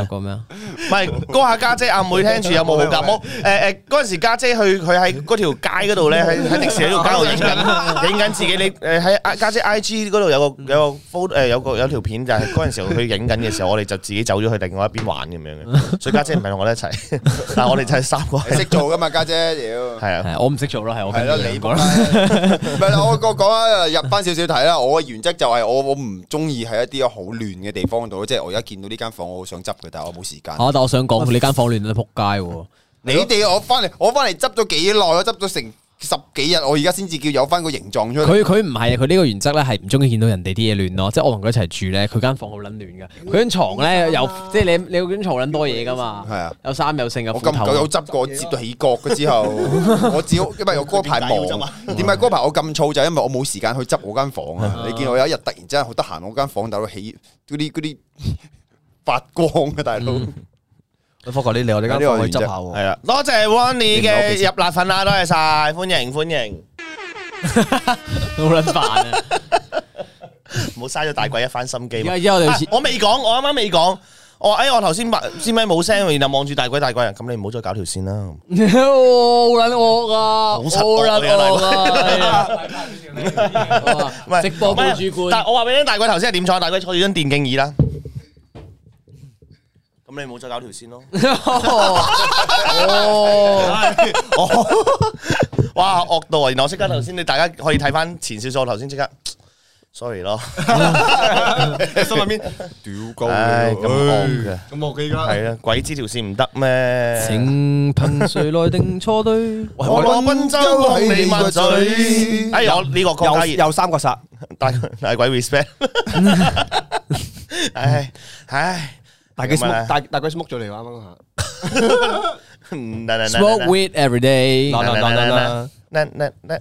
有個咩啊？
唔係，高下家姐阿妹聽住有冇好夾冇？誒誒，嗰陣時家姐去佢喺嗰條街嗰度咧，喺喺迪士尼嗰條街度影緊影緊自己。你誒喺啊家姐 I G 嗰度有個有個 photo 誒有個有條片就係嗰陣時佢影緊嘅時候，我哋就自己走咗去另外一邊玩咁樣嘅。所以家姐唔係同我哋一齊， 但係我哋就係三個
你
係
識做噶嘛，家姐，屌！
係啊。
係我唔識做咯，係我
係啦，
跟
你
住
講啦，唔係啦，我我講啊，入翻少少睇啦。我嘅原則就係我我唔中意喺一啲好亂嘅地方度，即係我而家見到呢間房，我好想執嘅，但係我冇時間。
啊！但我想講，你間房亂到仆街喎。
你哋我翻嚟，我翻嚟執咗幾耐，我執咗成十幾日，我而家先至叫有翻個形狀出嚟。
佢佢唔係佢呢個原則咧，係唔中意見到人哋啲嘢亂咯。即係我同佢一齊住咧，佢間房好撚亂噶。佢張床咧又即係你你嗰張床撚多嘢噶嘛，
係啊
有衫有剩有
我
褲
咁久
頭
有。執過，接到起角嘅 之後，我只好因為我嗰排忙，點解啊嗰排我咁燥就係因為我冇時間去執我間房啊！你見我有一日突然之間好得閒，我間房度起嗰啲嗰啲發光嘅大佬，
我發覺你嚟我哋間房可以執下喎。
係啊，多謝 Ronnie 嘅入辣粉啊，多謝晒，歡迎歡迎，
好撚煩啊！
唔好嘥咗大鬼一番心
而。
機
家而家我哋
啊
似
我未講，我啱啱未講。我話哎，我頭先白先咪冇聲，然後望住大鬼大鬼人，咁你唔好再搞條線啦。
好撚惡啊！好
好柒惡啊
撚惡啊係啊！
唔係
直播部
唔係
主
但
管
係我話俾你聽，大鬼頭先係點坐？大鬼坐住張電競椅啦。咁你唔好再搞條線咯。哦， 哇，惡到啊！然後我即刻頭先，你大家可以睇翻前少少，我頭先即刻 sorry 咯。
心入面
屌高
唉，咁惡嘅，
咁我記啦，
係啦，鬼知條線唔得咩？
請憑誰來定錯對？
我攞賓州同你抹嘴。哎，我呢個國家
有
熱
有三個殺，
大大鬼 respect。唉唉，
大鬼
咁啊
smoke 大大鬼 smoke 咗嚟喎啱啱嗰下。
嗯嗱嗱嗱
Smoke weed every day。
嗱嗱嗱嗱嗱
嗱嗱嗱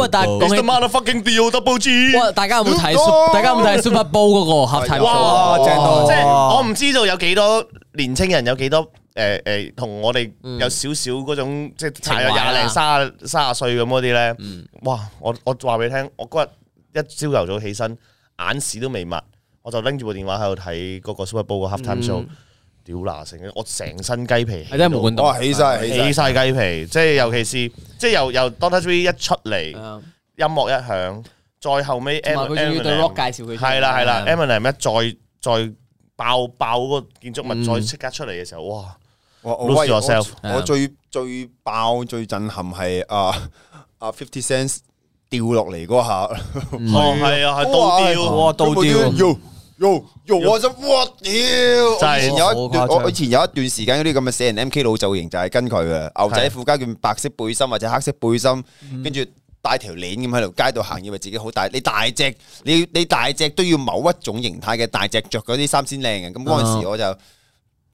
喂，但係
It's
講
the
起
motherfucking deal double G。
哇！大家有冇睇
嗯
Super- 大家有冇睇 Super Bowl 嗰個合體舞？
哇，
正到
即係我唔知道有幾多年青人有幾多诶诶，同、我哋有少少嗰種即係大約
情懷啊
廿零三三十歲咁嗰啲咧。哇！我我話俾你聽，我嗰日一朝頭早起身，眼屎都未抹，我就拎住部電話喺度睇嗰個 Super Bowl 個 halftime show，屌嗱成，我成身雞皮起
係真係
到
冇管
哇，
動。
起晒
起
起晒，
晒雞皮，即係尤其是即係由由 Doctor Dre 一出嚟。
啊
音樂一響，再後尾
同埋佢仲要
Eminem-
對 Rock 介紹佢出嚟
係啦係啦
嗯
，Eminem 一再再爆爆嗰個建築
嗯
物，再即刻出嚟嘅時候，哇！
我
Lose
我
yourself
我最最爆最震撼係啊啊 Fifty Cent 掉落嚟嗰下，
哦係啊係倒吊，
哇倒吊
，yo yo yo，我就哇屌！我
真係
以前有一
好誇
段，
張
我以前有一段時間嗰啲咁嘅死人 M K 老造型就係跟佢嘅，牛仔褲加件白色背心或者黑色背心，跟住。帶條鏈咁喺條街度行，以為自己好大。你大隻，你你大隻都要某一種形態嘅大隻着嗰啲衫先靚嘅。咁嗰陣時我就。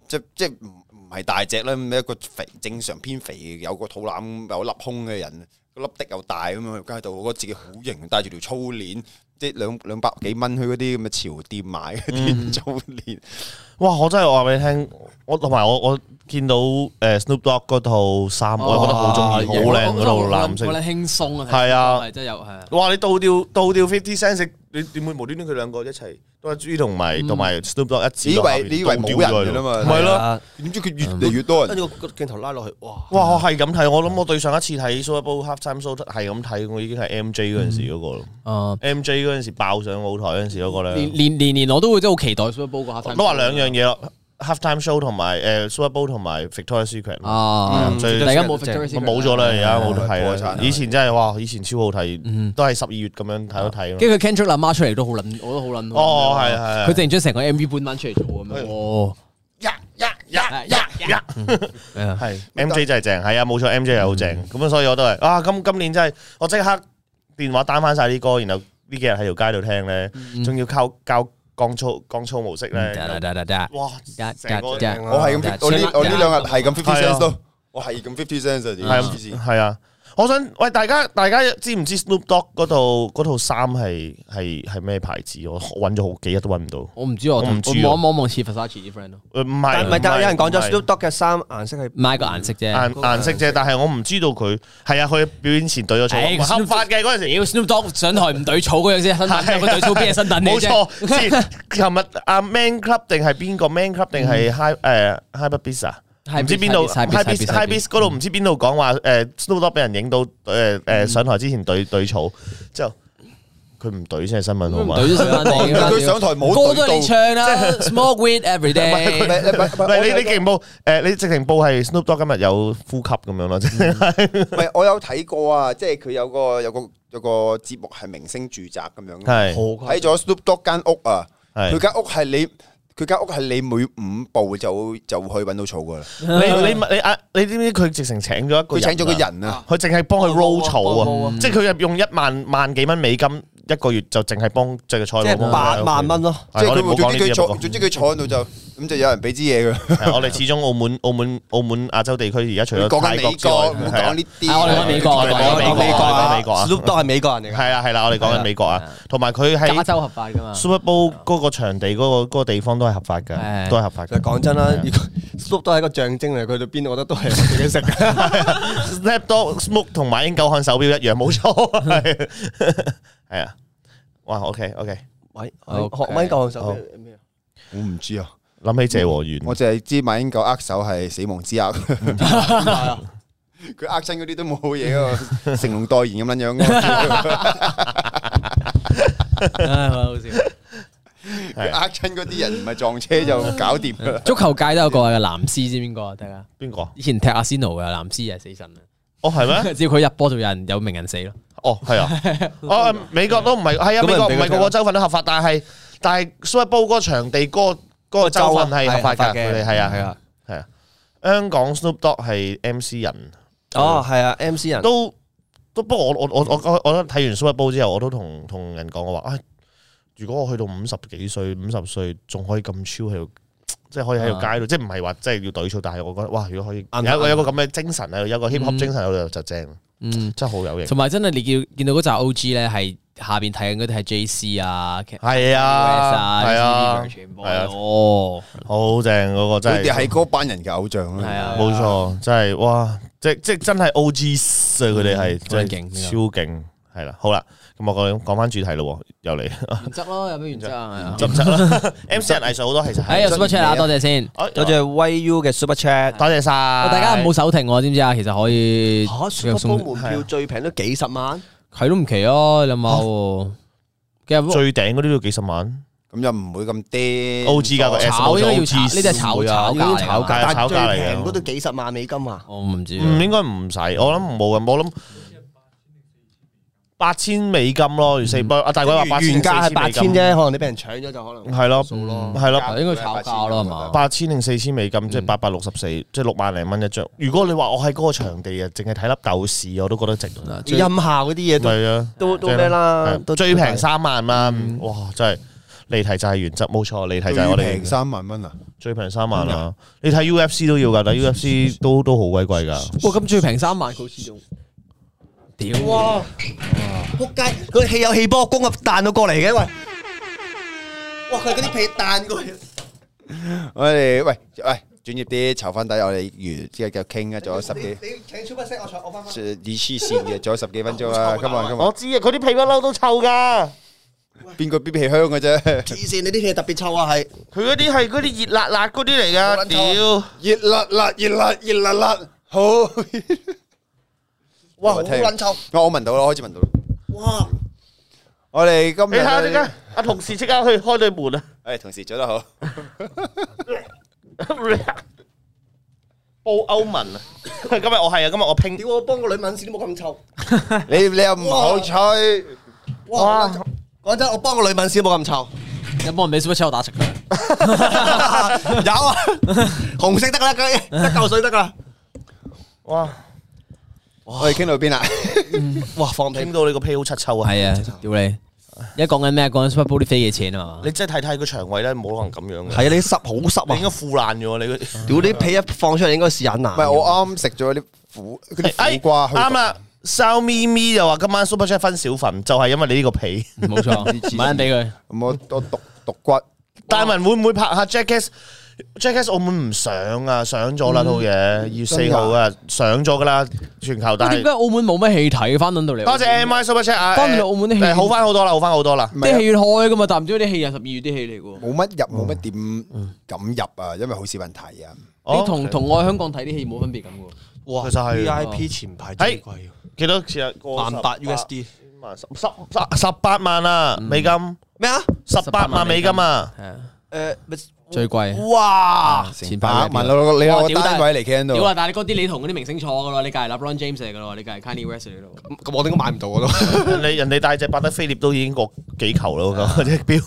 即即唔唔係大隻啦，咁一個肥正常偏肥，有個肚腩有粒胸嘅人，個粒的又大咁樣喺街度，我覺得自己好型，戴住條粗鏈，即兩兩百幾蚊去嗰啲咁嘅潮店買嗰啲粗鏈，
哇！我真係話俾你聽，我同埋我我見到誒 Snoop Dogg 嗰套衫，
哦
我覺得好中意，
哇
好靚嗰套藍
好
色。
撚輕鬆啊！睇
係啊
係真有係啊。
哇！你倒吊倒吊 Fifty Cent，你點會無端端佢兩個一齊？都係 G 同埋同埋 Snoop Dogg 一
你以
致落
為
下邊
嗯你以為
倒
冇
吊咗
人
喺
㗎啦
度
嘛？
咪咯。
啊
點知佢越嚟越多人，
跟住個個鏡頭拉落去，哇！
哇！我係咁睇，我諗我對上一次睇 Super Bowl halftime show 係咁睇，我已經係 MJ 嗰陣時嗰個咯。
啊
嗯
MJ 嗰陣時爆上舞台嗰陣時嗰個
年
咧，
年年年我都會真係好期待 Super Bowl 個 halftime
都話兩樣嘢咯，halftime show 同埋誒 Super Bowl 同埋 Victoria Secret。
啊，
最
大家冇 Victoria
我
Secret
冇咗啦，而家冇得
破
睇
產
啦
啦。
以前真係哇，以前超好睇，都係十二月咁樣睇一睇咯。
跟住佢 Kendrick Lamar 出嚟都好撚，我都好撚。
哦係係係
嗯佢淨將成個 MV 搬翻出嚟做咁樣。哦，
呀呀呀！
係啊
係 MJ 真係正，係啊，冇錯，MJ 係好正。咁啊，所以我都係啊，今今年真係我即刻電話 down 翻晒啲歌，然後呢幾日喺條街度聽咧，仲要靠教降噪降噪模式咧。
得得得得
哇！
得
成個
得
我係咁，我呢我呢兩日係咁 fifty
係啊
cents 咯，我係咁 fifty cents
係啊
啊，點
係啊！我想喂大家，大家知唔知 Snoop Dogg 嗰套嗰套衫係係係咩牌子？我揾咗好幾日都揾唔到。
我唔知我
我唔知啊
望一望望似 Versace 啲 friend 咯，
誒唔
但
係
唔係，但係有人講咗
唔係
Snoop Dogg à, 嘅衫顏色係
買個顏色啫。
嗯
顏顏色啫，但係我唔知道佢係啊，佢表演前對咗
唉
錯，合法嘅嗰陣時。
屌 Snoop Dogg 上台唔對草嗰樣先，新等有個對草邊係新等你
冇
啫。
錯，知琴日阿 Man Club 定係邊個 Man Club
嗯
定係 High 誒 High b i s 啊？
High
唔知邊度
Beast，High
High b i
Beast，High
s
Beast，
High b i s 嗰
嗯
度唔知邊度講話誒 Snoop Dogg 俾人影到誒誒上台之前對對草之後，佢唔對先係新聞好 嘛？
對 咗新等你㗎。
佢上台冇
歌都
對
係你
到
唱啦，Smoke weed every day。
知？
唔係你你勁報誒，你直情報係 Snoop Dogg 今日有呼吸咁樣咯，即係
唔係，我有睇過啊，即係佢有個有個有個節目係明星住宅咁樣，
係
睇咗 Snoop Dogg 間屋啊，
係
佢間屋係你佢間屋係你每五步就就去揾到草噶啦，
你你你啊，你知唔知佢直情請咗一個
佢請咗個
啊
人啊，
佢淨係幫佢 roll 草
幫佢 roll
啊
啊，
即係佢用一萬萬幾蚊美金一個月就淨係幫即係菜
即係八萬蚊咯。
即係佢會
冇
總之
講呢啲
佢
啊
坐
不過
總之佢坐喺度就咁就有人俾支嘢佢，
係我哋始終澳門澳門澳門亞洲地區而家除咗
講
泰
緊
國
美
之外，
國，唔好
係啊
講呢
係我哋講
啲，
美國
我哋講美國
美國
我哋講美
啊
國啊
，Snoop Dogg 係美國人嚟㗎。
係啦係啦，我哋講緊美國啊，同埋 佢
加
喺
州合法噶嘛？
Super Bowl 嗰個場地嗰個嗰個地方都係合法
係
㗎，都係合法
就
㗎。
講真啦，如果 Snoop 都係一個象徵嚟，佢到邊我覺得都係自己食嘅。
Snap Dog Smoke 同馬英九漢手錶一樣，冇錯，係係啊。哇，OK OK，
喂，
OK
學咪講首
好
咩啊？
我唔知啊，
諗起謝和弦，
我淨係知馬英九握手係死亡之握， 佢握親嗰啲都冇 嘢啊，成龍代言咁撚樣㗎，
唉好笑
佢握親嗰啲人唔係撞車就搞掂㗎啦。
足球界都有個嘅藍絲，知邊個啊？大家
邊個啊？
以前踢阿仙奴嘅藍絲係死神啊！
哦，係 咩？
只要佢入波就有人有名人死咯。
哦，係啊， 哦，美國都唔係，係啊，
咁
美國唔
人哋
係個
佢
個州份都合法，但係但係 Super Bowl 嗰個場地嗰個嗰個州份係合法㗎，佢哋係啊係啊，係啊，香港 Snoop Dogg 係 MC 人，
哦，係啊，MC 人
都都不過我我我我我我睇完 Super Bowl 之後，我都同同人講我話，唉，如果我去到五十幾歲、五十歲仲可以咁超喺度。即係可以喺條街度，即係唔係話即係要懟草，但係我覺得哇，如果可以
啱
啊嗯有一個有一個咁嘅精神喺度，有一個 hip hop 精神喺度就正。
嗯，
真係好有型。
同埋真係你見見到嗰扎 O G 咧，係下邊睇緊嗰啲係 J C 啊，
係啊，係啊，
全部
係啊
哦，
好正嗰個真
佢
係
哋。係嗰班人嘅偶像
係
啦。
啊，
冇錯，真係哇！即即真係 O.G. 啊，佢哋係真係
勁
超勁，係啦。好啦，咁我講講翻主題咯，又嚟
原則咯，有咩原則啊？
執唔執啦？M.C. 人藝術好多其實
哎，
係
有 super chat 啊，多謝先，
哎
多謝威 U 嘅 Super Chat，
多謝晒
大家唔好手停喎，知唔知啊？其實可以
嚇
繼續
Super
送
Bowl 門票最平都幾十萬，
係都唔奇啊，你諗下喎，其實
最頂嗰啲要幾十萬
咁又唔會咁癲。
O.G. 㗎個 S
炒應該要炒，
冇
呢啲係炒
會啊
炒價嚟㗎
呢啲炒價
係啊
但
炒價嗯
係最
嚟㗎
平嗰都幾十萬美金啊！
我唔知啊，
唔應該唔使，我諗冇嘅，我諗八千美金咯，四不啊，大概話八千
原價係
係
八千啫，，可能你俾人搶咗就可能。
係咯，
咯
係咯。
應該炒價咯，係嘛？
八千定四千美金，即係八百六十四，即係六萬零蚊一張。如果你話我喺嗰個場地啊，淨係睇粒豆豉，我都覺得值。
音效嗰啲嘢都
係啊，
都都咩啦
係，啊
都
最平三萬啦，哇！真係離題就係原則，冇錯，離題就係我
最平
哋
三萬蚊啊！
最平三萬啦。你睇 UFC 都要㗎，但 UFC 都都好鬼貴㗎。
哇，咁最平三萬，好似仲屌哇！
仆街！
佢氣有氣波功啊，彈到過嚟嘅喂。
哇，佢嗰啲被彈過嚟。
我哋喂喂，專業啲，籌翻底，我哋完之後就傾啊，仲有十
你
幾
你請超不識，我坐我翻翻。
以黐線嘅，仲有十幾分 鐘啊！今日今
我知啊，佢啲屁不嬲都臭㗎，
日邊個邊屁香嘅啫？
黐線，你啲嘢特別臭啊，係
佢嗰啲係嗰啲熱辣辣嗰啲嚟㗎，屌！
熱辣辣，熱辣熱辣辣，好！
哇，好
我聽
撚臭！
我我聞到啦，開始聞到啦。
哇，
我哋今
你睇下點
日
解阿同事即刻去開對門啊！
誒同事做得好，
報歐文啊！ 今日我係啊，今日我拼
屌我幫個女問事都冇咁臭。
你你又唔好吹，
哇，好撚臭講真，我幫個女問事都冇咁臭。
有冇人俾 super chat 我打直佢？
有啊，紅色得啦，佢
啊
一嚿水得啦。
哇，
我哋傾到邊啊？
哇，放屁
拼！到你個屁好柒臭啊！
係啊，屌你！而家講緊咩？講緊 super bowl 啲飛嘅錢啊嘛。
你真係睇睇個腸胃咧，冇可能咁樣嘅。
係啊，你濕好濕
你應該
啊！
腐爛咗你 嗰
屌啲屁一放出嚟，應該是眼難。啊
唔係我啱食咗啲苦嗰啲苦瓜，去
哎啱啦。收咪咪就話今晚 Super Chat 分小份，就係因為你呢個皮。
冇錯，唔撚俾佢。
咁我我毒毒骨，
大文會唔會拍下 Jackass？Jackass 澳門唔上啊，上咗啦套嘢，二月四號啊，上咗噶啦，全球
喂，
但
點
係
解澳門冇咩戲睇？翻到嚟，
多謝 M I Super Chat 啊，
翻到嚟澳門啲戲
誒好翻好多啦，好翻好多啦。
啊
啲戲院開噶嘛，但唔知嗰啲戲係十二月啲戲嚟嘅喎。
冇乜入，冇乜點敢入啊，因為好少人睇啊。
哦
你同同我喺香港睇啲戲冇分別咁嘅喎。
哇
其實係
VIP 前排最貴喎，
幾多錢啊？
萬八 USD
萬十十十十八萬啊美金，
咩啊？
十八萬美金啊！
係啊，
誒，咪
最貴。
哇！
前排
啊，問老你有
哇
個
屌但係
單位嚟傾
屌啊！
到，
但係你嗰啲你同嗰啲明星坐嘅咯，你梗係 LeBron James 嚟嘅咯，你梗係 Kanye West 嚟嘅咯。
咁我應該買唔到嘅咯。
人哋人哋大隻百德菲列都已經過幾球啦，咁隻表。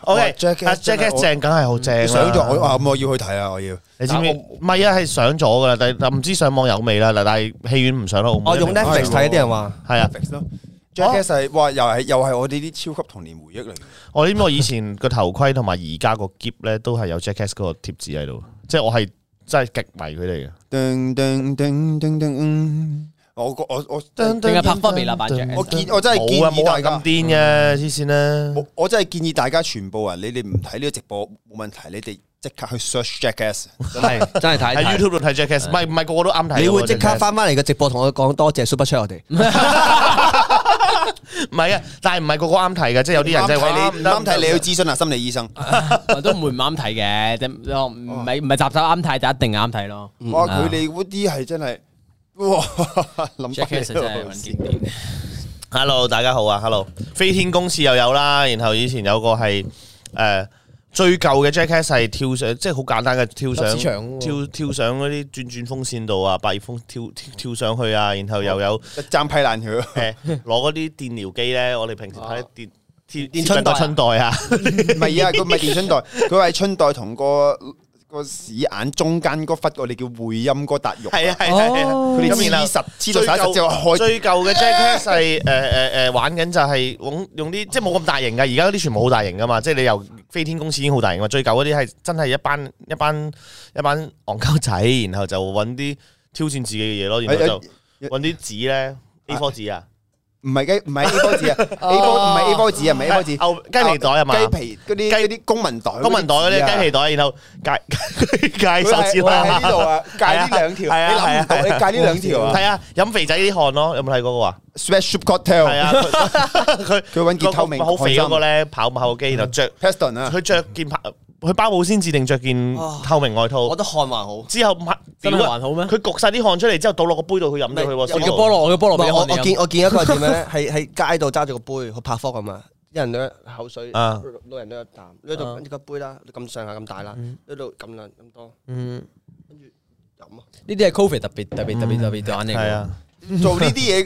O K，
Jackass
阿啊 Jackass 正梗係好正啦。
上咗我啊，咁我要去睇啊，我要。
你知唔知？唔係啊，係上咗噶啦，但係唔知上網有未啦。但係戲院唔上啦，澳門
我哦用 Netflix 睇，啲人話
係 啊，
Netflix 咯。Jackass 係哇，又係又係我哋啲超級童年回憶嚟。
我因為我以前個頭盔同埋而家個夾咧，都係有 Jackass 嗰個貼紙喺度，即係我係真係極迷佢哋嘅。
噔噔噔噔噔，嗯我個我我
定
定係拍翻微辣版 Jackass
我建我真係建
冇啊，
議
冇
大
人咁
家，
癲嘅，黐線啦！
我我真係建議大家全部啊人，你哋唔睇呢個直播冇問題，你哋即刻去 search Jackass。
係
真係睇啊
喺
一睇。
YouTube 度睇 Jackass，唔係唔係個個都啱睇。
你會即刻
Jackass
翻翻嚟嘅直播同我講多謝 Super Chat 我哋。
唔係啊，但係唔係個個啱睇嘅，即係有啲人啊
啱
真係
睇你，唔啱睇你去
要
諮詢下啊心理醫生。
嗯
我 都唔會唔啱睇嘅，即係哦唔係唔係集集啱睇，就一定啱睇咯。
嗯
嗯啊
哇！
啊
佢哋嗰啲係真係，哇！ 諗翻
Jackass
起 都
真係
好
揾
笑
經典。
Hello，大家好啊，Hello，飛天公廁又有啦，然後以前有個係誒、呃最舊嘅 Jackass 係跳上，即係好簡單嘅跳上
立市場喎
跳跳上嗰啲轉轉風扇度啊，百葉風跳跳跳上去啊，然後又有
一爭批爛佢。
誒攞嗰啲電療機咧，我哋平時睇電。電
電春袋啊
春袋啊，
唔係啊，佢 唔係電春袋，佢係春袋同個個屎眼中間嗰忽，我哋叫會陰嗰笪肉。
係啊係啊係啊，
哦
佢哋
咁然後
黐實黐到實就開。
最舊嘅 Jackass 係誒誒誒玩緊就係用用啲即係冇咁大型嘅，而家嗰啲全部好大型噶嘛，即係你由飛天公司已經好大型嘛。最舊嗰啲係真係一班一班一班戇鳩仔，然後就揾啲挑戰自己嘅嘢咯，然後就
哎
揾啲紙咧 A 科紙啊，
唔係雞，唔係 A 波子啊，A 波唔係 A 波子啊，唔係 A 波子，
牛雞皮袋啊嘛
雞皮嗰啲嗰啲啊公民袋，
公民袋嗰啲雞皮
袋。
袋，然後 戒戒手
佢係
指
我係喺
啦，
呢 度啊，戒呢兩條，
係啊
你諗唔到，
係啊
你戒呢兩條啊
係啊，飲肥仔啲汗咯，有冇睇過嗰個啊？
，Special Cocktail，
係啊，佢佢
哦佢揾傑透明
好肥嗰個
汗
咧，跑跑機，然後着
Peston 啊，
佢着件跑，佢包保先至定着件透明外套
我覺，得汗還好。
之後抹
真係還好咩
佢焗晒啲汗出嚟之後倒落個杯度，佢飲咗佢喎。
我
先
嘅
菠蘿，我嘅菠蘿俾
我啊
我
我
哋
見
飲。
我見一個係點樣 咧？喺喺街度揸住個杯，佢拍科咁啊！一人攞一口水，
啊
老人攞一啖，攞到呢個杯啦，咁上下咁大啦，攞到咁量咁多
嗯，
飲啊！
呢啲係 Covid 特別特別特別特別短嚟
係
㗎
啊。
做呢啲嘢，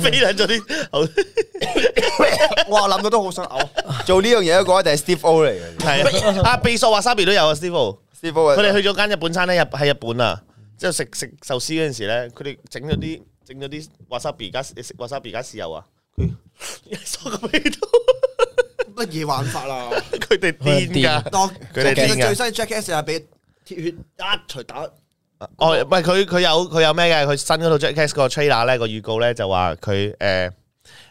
飛撚咗啲口，
哇！諗到都好想嘔。
做呢樣嘢嗰個一定係 Steve O 嚟嘅
係啊！阿秘數話沙比都有啊，Steve，
，Steve O 啊
佢哋去咗間日本餐廳，日喺日本啊，之後食食壽司嗰陣時咧，佢哋整咗啲整咗啲華沙比加食華沙比加豉油啊， 佢嗦個味道，
乜嘢玩法啦？
佢哋癲㗎。
當
佢哋
我記得
癲㗎
最新 Jackass 又係俾鐵血一錘打，
哦，唔係佢佢有佢有咩嘅？佢新嗰套 Jackass 個 trailer 咧個預告咧就話佢誒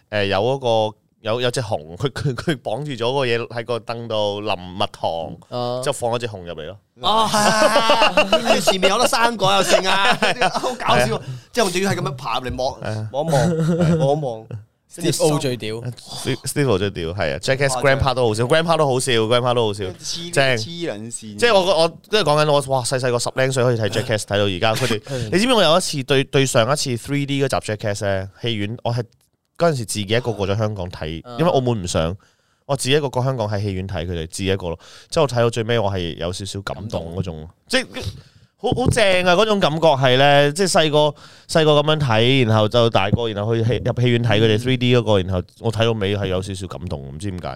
誒有嗰個有有隻熊，佢佢佢綁住咗個嘢喺個凳度淋蜜糖，
哦
之後放咗隻熊入嚟咯。
哦，係前面有得生果又剩啊，好搞笑。之後仲要係咁樣爬入嚟望望一望望一望，
，Steve O 最屌，
Steve 最屌係啊，Jackass Grandpa 都好笑，Grandpa 都好笑，Grandpa 都好笑，
黐
正。
黐撚線，
即係我我即係講緊我哇細細個十零歲可以睇 Jackass 睇到而 家，佢哋你知唔知我有一次對對上一次 3D 嗰集 Jackass 咧戲院，我係嗰陣時自己一個過咗香港睇，因為澳門唔上，我自己一個過香港喺戲院睇佢哋，自己一個咯。之後睇到最尾我係有少少感動嗰種，即係好好正啊！嗰種感覺係咧，即係細個細個咁樣睇，然後就大個，然後去戲入戲院睇佢哋 3D 嗰個，然後我睇到尾係有少少感動，唔知點解，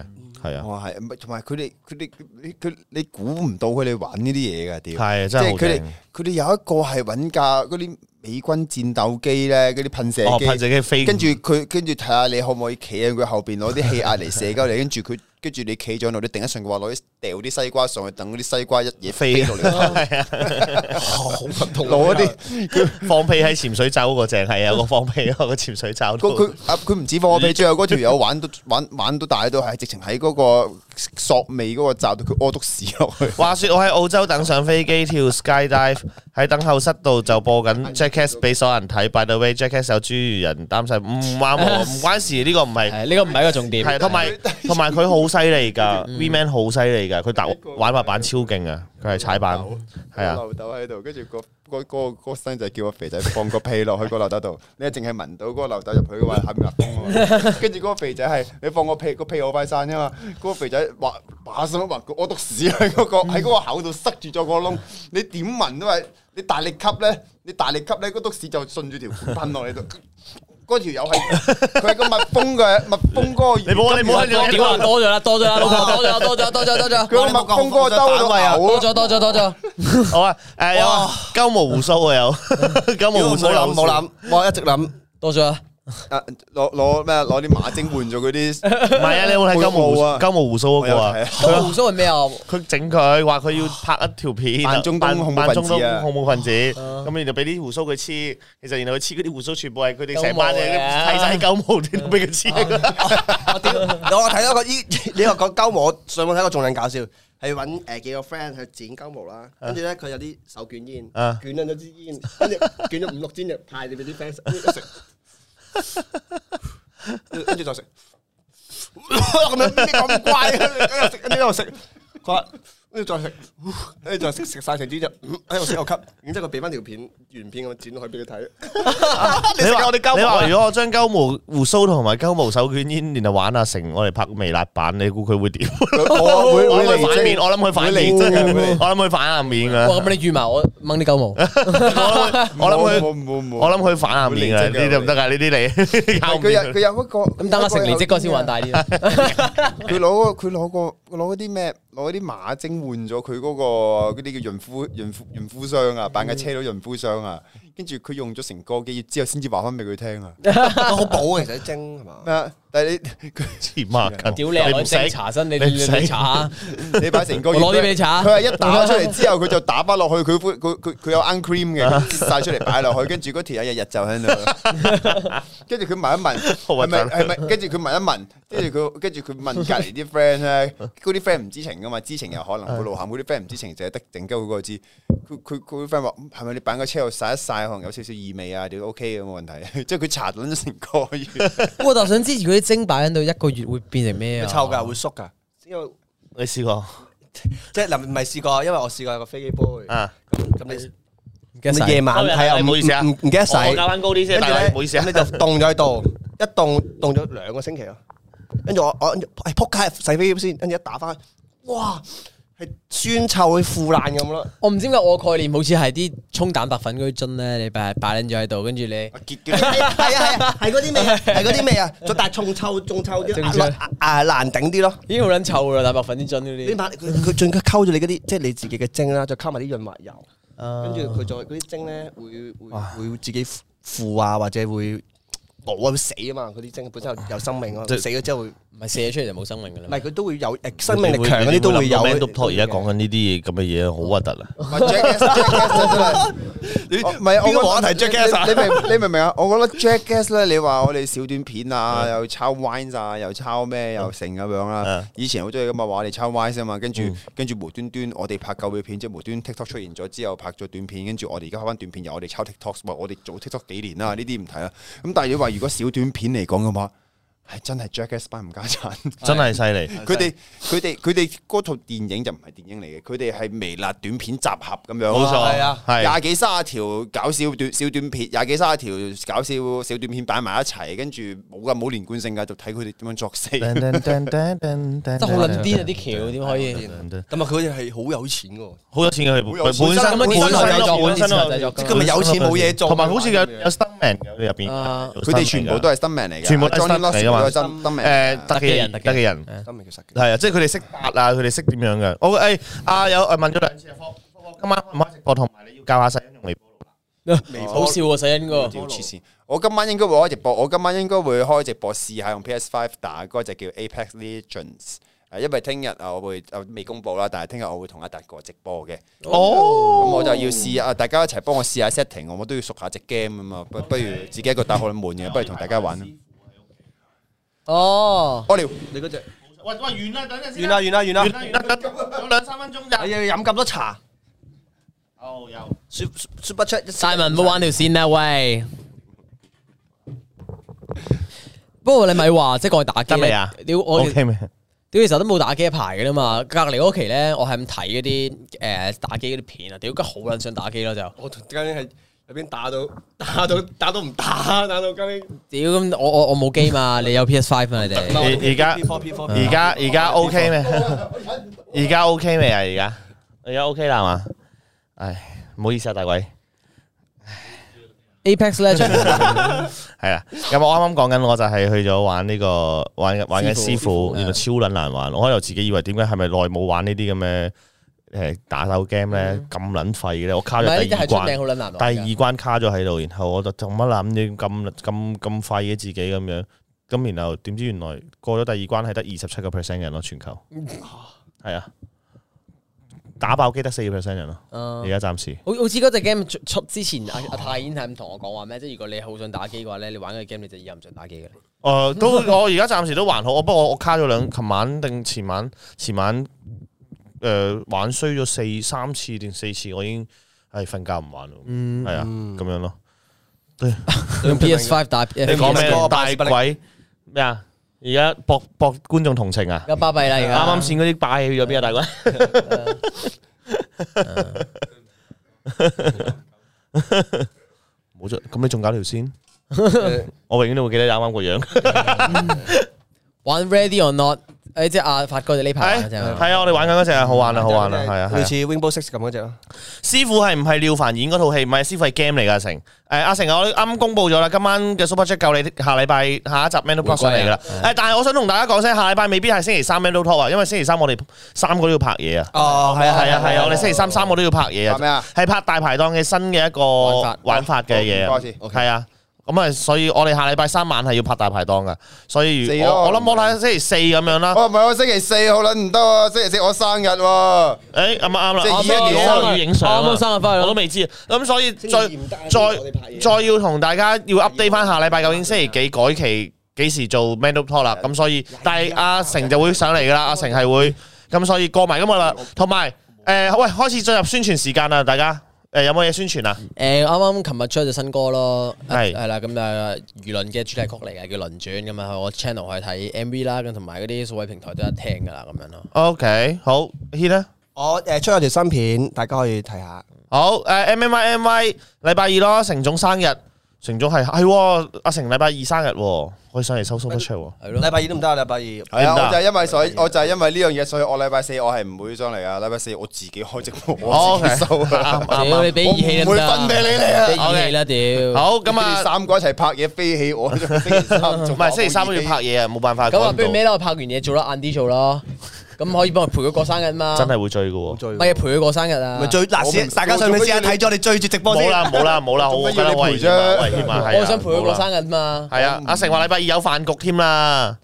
係啊，
我係唔係同埋佢哋佢哋你佢你估唔到佢哋玩呢啲嘢㗎，屌！
係
即
真係
係佢
好
哋
正。
佢哋有一個係揾架嗰啲美軍戰鬥機咧，嗰啲噴
哦，
射
噴
機，
射機飛，
跟住佢跟住睇下你可唔可以企喺佢後邊攞啲氣壓嚟射鳩你，跟住佢跟住你企咗喺度，你頂得順嘅話，攞啲掉啲西瓜上去，等嗰啲西瓜一嘢飛落嚟，
好唔同
攞啲
放屁喺潛水罩嗰個正係有個放屁嗰個潛水罩
佢
度，
佢啊佢唔止放我屁，最後嗰條友玩到 玩玩到大到係直情喺嗰個索尾嗰個閘度，佢屙督屎落去。
話說我喺澳洲等上飛機跳 skydive，喺等候室度就播緊 Jackass 俾所有人睇。By the way，Jackass 有侏儒人擔心，唔 啱我，唔關事，呢個唔係。
係呢個唔係一個重點。
係，啊同埋同埋佢好犀利噶，V Man 好犀利噶，佢打玩滑板超勁啊，佢係踩板，係啊，
漏斗喺度，跟住個個個個生仔叫個肥仔放個屁落去個漏斗度， 你淨係 聞到嗰個漏斗入去嘅話，下面立風啊！跟住嗰個肥仔係你放個屁，個屁好快散啫嘛。嗰個肥仔話把心一劃，個屙督屎喺嗰個喺嗰個口度塞住咗個窿，你點聞都係你大力吸咧，你大力吸咧，嗰督屎就順住條管噴落你度。嗰條 友係佢係個密封嘅密封嗰個，
你冇你冇
多咗屌啊！多咗啦，多咗啦， 老婆多咗啦，多咗啦，多咗啦，多咗啦
佢，個密封嗰個兜度
多咗多咗多咗。
好啊，誒有啊，鳩毛胡鬚啊 有，鳩毛胡鬚有
冇諗冇諗，我一直諗。
多咗啦，
啊攞攞咩攞啲馬精換咗嗰啲。
唔係啊，你有冇睇鳩毛胡
冇啊
鳩毛胡鬚嗰個啊
我有睇？
多胡鬚係咩啊？
佢整佢話佢要拍一條片，
扮中東恐怖
扮
分子啊
中東恐怖分子，咁然後俾啲胡鬚佢黐，其實然後佢黐嗰啲胡鬚全部係佢哋成班嘢
鳩毛啊
剃晒鳩毛，點都俾佢黐。
我屌！
我睇到個依 你話講鳩毛，我上網睇過仲撚搞笑，係揾誒幾個 friend 去剪鳩毛啦，跟住咧佢有啲手捲煙，
啊
捲撚咗支煙，跟住捲咗五六支就派你俾啲 friend 食跟住一食，跟住再食，咁樣咩咁乖，跟住食，跟住又食，佢話跟住再食，跟住再食食晒成支就喺度食又吸，然之後佢俾翻條片原片咁剪落去俾佢睇，你食
話
我哋 鳩
你
毛
話
啊，
如果我將鳩毛胡鬚同埋鳩毛手捲煙，然後玩阿成，我哋拍微辣版，你估佢會點？
我 會
我
會
諗佢
嚟
反
精
面，我諗佢反
會
面，我
嚟精嘅
諗佢反下面
哇！
噶。我
咁你預埋我掹啲鳩毛，
諗佢，我諗佢，我
我
諗佢反下面噶，
會嚟精嘅
呢啲唔得噶，呢啲你 靠唔
佢有
掂
佢有一個
咁等阿成離職嗰先玩大啲啦。
佢攞個佢攞個攞嗰啲咩攞嗰啲馬精換咗佢嗰個嗰啲叫潤膚潤膚潤膚霜啊，扮嘅車佬潤膚霜啊，跟住佢用咗成個幾月之後先至話翻俾佢聽啊。
好補啊其實精係嘛？
咩啊？但係你佢
黐孖筋，
屌你啊，
唔
我
使
整查身，你
你
你
唔使
你查下，
你擺成個
我
月，
攞啲俾你啊查
佢係一打出嚟之後，佢就打翻落去，佢 佢佢佢佢有 un cream 嘅，佢擠晒出嚟擺落去，跟住嗰條友日日就喺度，跟住佢問一問，
好
係
核突
咪係咪？跟住佢問一問，跟住佢跟住佢問隔離啲 friend 咧，嗰啲 friend 唔知情噶嘛，知情有可能佢路行，嗰啲 friend 唔知情就係得整鳩佢嗰個知，佢佢佢啲 friend 話嗯係咪你擺個車度晒一晒，可能有少少異味啊？屌 OK 嘅冇問題， 即係佢查撚咗成個月，
我就想知如果啲精擺喺度一個月會變成咩啊？
臭噶，會縮噶。
因為
你試過
即係嗱，唔係試過，因為我試過有個飛機杯，咁
啊？
你
唔記得
咁
晒
你夜晚睇啊，
唔好意思啊
唔唔唔記得
我
晒，
加翻高啲先，
跟住
大
咧
佬，唔好意思啊
咁你。就凍咗喺度，一凍凍咗兩個星期咯。跟住我我跟住哎仆街洗飛機先，跟住一打翻，哇係酸臭去腐爛咁咯。
我唔知點解我概念好似係啲沖蛋白粉嗰啲樽咧，你擺擺撚咗喺度，跟住你
結
係啊係啊，係嗰啲味，係嗰啲味啊，就但係重臭重臭啲，
正常
啊啊難頂啲 咯。
已經好撚臭啦，蛋白粉啲樽嗰
你
啲。
買佢佢仲加溝咗你嗰啲，即係你自己嘅精啦，再溝埋啲潤滑油，跟住佢再嗰啲精咧會會會自己腐啊，或者會冇啊會死啊嘛。嗰啲精本身有有生命啊，
即係
死咗之後會。
唔係射出嚟就冇生命㗎
唔
啦。
係佢都會有誒生命力強嗰啲都會有。
m a n d o p 而家講緊呢啲嘢咁嘅嘢，好核突啊！
唔係 Jackass Jackass 真係。
你
我唔係，我覺得
話題 Jackass 啊
你你明你明唔明啊？ 我覺得 Jackass 咧，你話我哋小短片啊，又抄 Wines 啊，又抄咩又成咁樣啦
嗯。
以前好中意咁啊，話我哋抄 Wines 啊嘛，跟住跟住無端端我哋拍舊嘅片，即係無端 TikTok 出現咗之後拍咗短片，跟住我哋而家開翻短片，又我哋抄 TikTok，話我哋做 TikTok 幾年啦，呢啲唔睇啦。咁但係你話如果小短片嚟講嘅話，係真係 Jackass 班唔家產。
啊真係犀利，
佢哋佢哋佢哋嗰套電影就唔係電影嚟嘅，佢哋係微辣短片集合咁樣。
冇錯，
係啊
係
廿幾卅條搞笑短小短片，廿幾卅條搞笑小短片擺埋一齊，跟住冇噶冇連貫性噶，就睇佢哋點樣作死。
噔噔噔噔噔噔
真係好撚癲啊！啲橋點可以？
咁 啊佢哋係好有錢噶，
好有錢嘅佢
好有
本身
錢
咁啊
本
電
身
視台製作
本
電
身
視台製作
本身
咁
咪有錢冇嘢做
同埋好似有有 stuntman 嘅入邊，
啊
佢哋全部都係新名嚟嘅，
全部都係
Johnny
stunt 嚟
Lawson
㗎嘛
都係新新名。
誒特技人
特技人
特技人。
真係叫實嘅。
係啊，即係佢哋識答啊，佢哋識點樣嘅。我誒阿友誒問咗兩次啊，科科科今晚開唔開直播，同埋你要教下細欣用微波爐啦。
哦好笑喎，細欣嗰
屌
個
黐線！我今晚應該會開直播，我今晚應該會開直播試下用 PS Five 打嗰隻叫 Apex Legends。誒，因為聽日啊，我會啊未公佈啦，但係聽日我會同阿達哥直播嘅，咁
哦，
我就要試啊！大家一齊幫我試下 setting，我都要熟下只 game 啊嘛，不不如自己一個打好悶嘅，不如同大家玩啦。
哦，
我聊。
你嗰只
喂喂，完啦，等陣
完啦完啦完啦，
完啦，等有兩三分鐘
哎
咋
你又要飲咁多茶
哦，有。
，super chat 一
大文唔好玩條線啦，喂！不過你咪話即係過去打機
得未啊
屌我
OK 咩？
屌，其實都冇打機一排嘅啦嘛。隔離嗰期咧，我係咁睇嗰啲誒打機嗰啲片啊，屌，而家好撚想打機咯就。
我同家英係入邊打到打到打到唔打，打到家英
屌咁，我我我冇機 嘛，你有 PS Five 嘛？你哋
而而家
P4 P4
而家而家 OK 咩？ 而家 OK 未啊？而家而家 OK 啦係嘛？唉，唔好意思啊，大鬼。
Apex Legend
系啦，咁我啱啱講緊，我就係去咗玩呢、個玩玩緊師傅，原來超撚難玩。我開頭自己以為點解係咪耐冇玩呢啲咁嘅诶打手 game 咧咁撚廢嘅咧？我卡
唔係
咗
呢
第
啲
二
係出名好
關，
撚難
第
玩
二
㗎。
關卡咗喺度，然後我就做乜諗嘢咁咁咁廢嘅自己咁樣。咁然後點知原來過咗第二關係得二十七個 percent 人咯，全球
嗯
係啊，打爆機得四個 percent 人咯，
啊
嗯
而家暫時。
好好似嗰隻 game 出出之前，阿阿泰已經係咁同我講話咩？即係如果你好想打機嘅話咧，你玩嗰個 game 你就以後唔想打機嘅 啦。
誒、哦 都我而家暫時都還好，我不過我我卡咗兩，琴晚定前晚前晚誒、呃玩衰咗四三次定四次，我已經係瞓覺唔玩咯，係、
嗯
啊咁樣咯。
用 PS Five 打你
你講咩
嗰個巴士不力
大鬼咩啊？而家博博觀眾同情啊！
而家巴閉啦，而
啱
家
啱先嗰啲霸氣去咗邊啊，大鬼？冇咗，咁你仲搞條線？我永遠都會記得你啱啱個樣。
玩 Ready or Not 呃誒、
誒即係阿發哥就呢排
係
真係
係啊，我哋玩緊嗰只好玩啊，好玩啊，係啊，係
類
啊。
似 Rainbow Six 咁嗰只咯。
師傅係唔係廖凡演嗰套戲？唔係，師傅係 game 嚟噶，阿成。誒，阿成，我啱公佈咗啦，今晚嘅 Super Chat 夠你下禮拜下一集 Man Talk 上嚟噶啦。誒，但係我想同大家講聲，下禮拜未必係星期三 Man Talk 啊，因為星期三我哋三個都要拍嘢啊。
哦，係
係啊係啊，我哋星期三三個都要拍嘢啊。
拍咩啊？
係拍大排檔嘅新嘅一個玩法嘅嘢
唔
啊
關事。
係啊。咁啊，所以我哋下禮拜三晚係要拍大排檔噶，所以
四
如
咯
我我諗我睇星期四咁樣啦。
哦，唔係我星期四好撚唔得啊！星期四我生日喎，
誒啱啊啱啦，
即係
啱啊
二一年
啱啊
生日
要影相啊
啱啱生日返去咯
我都未知啊。咁所以再
哋拍
再
嘢
再要同大家要 update 翻下禮拜究竟星期幾改期，幾時做 Man Up Talk 啦。咁所以，但係阿成就會上嚟噶啦，阿成係會咁，所以過埋今日啦。同埋誒，喂，開始進入宣傳時間啦，大家誒有冇嘢宣傳啊？
誒啱啱琴日出咗隻新歌咯，
係
係啦，咁啊輿論嘅主題曲嚟嘅，叫《輪轉》咁啊，我 channel 可以睇 MV 啦，咁同埋嗰啲所謂平台都有得聽噶啦，咁樣咯。
OK，好 h 咧，
我誒出咗條新片，大家可以睇下。
好誒，M M Y M Y，禮拜二咯，成總生日，成總係係喎阿成禮拜二生日喎，可以上嚟收 super chat 喎。
係咯
禮拜二都唔得啊，禮拜二。
係啊，
得啊
我就係因為所以，我就係因為呢樣嘢，所以我禮拜四我係唔會上嚟噶。禮拜四我自己開直播，我自己收啊。
屌你俾
我
義氣得
唔
唔
會
得啊？
分俾你哋
俾
啊！
義氣啦，屌！
好咁
你哋
啊，
三個一齊拍嘢飛起我，星期三
唔
仲話
係星期三都要拍嘢啊，冇辦法。
咁啊，
趕唔
不如
到
咩啦？我拍完嘢做啦，晏啲做咯。咁可以幫佢陪佢過生日嘛？
真係會追嘅喎。
最
乜嘢陪佢過生日啊？
咪最
我
嗱，
唔
大家上面試下睇咗，你追住直播
冇
先。
啦冇啦冇啦，
做
我
乜
覺得
要你
危
陪
險啊，危險啊，係啊
我想陪佢過
日。
生日嘛。
係啊，阿成話禮拜二有飯局添啦。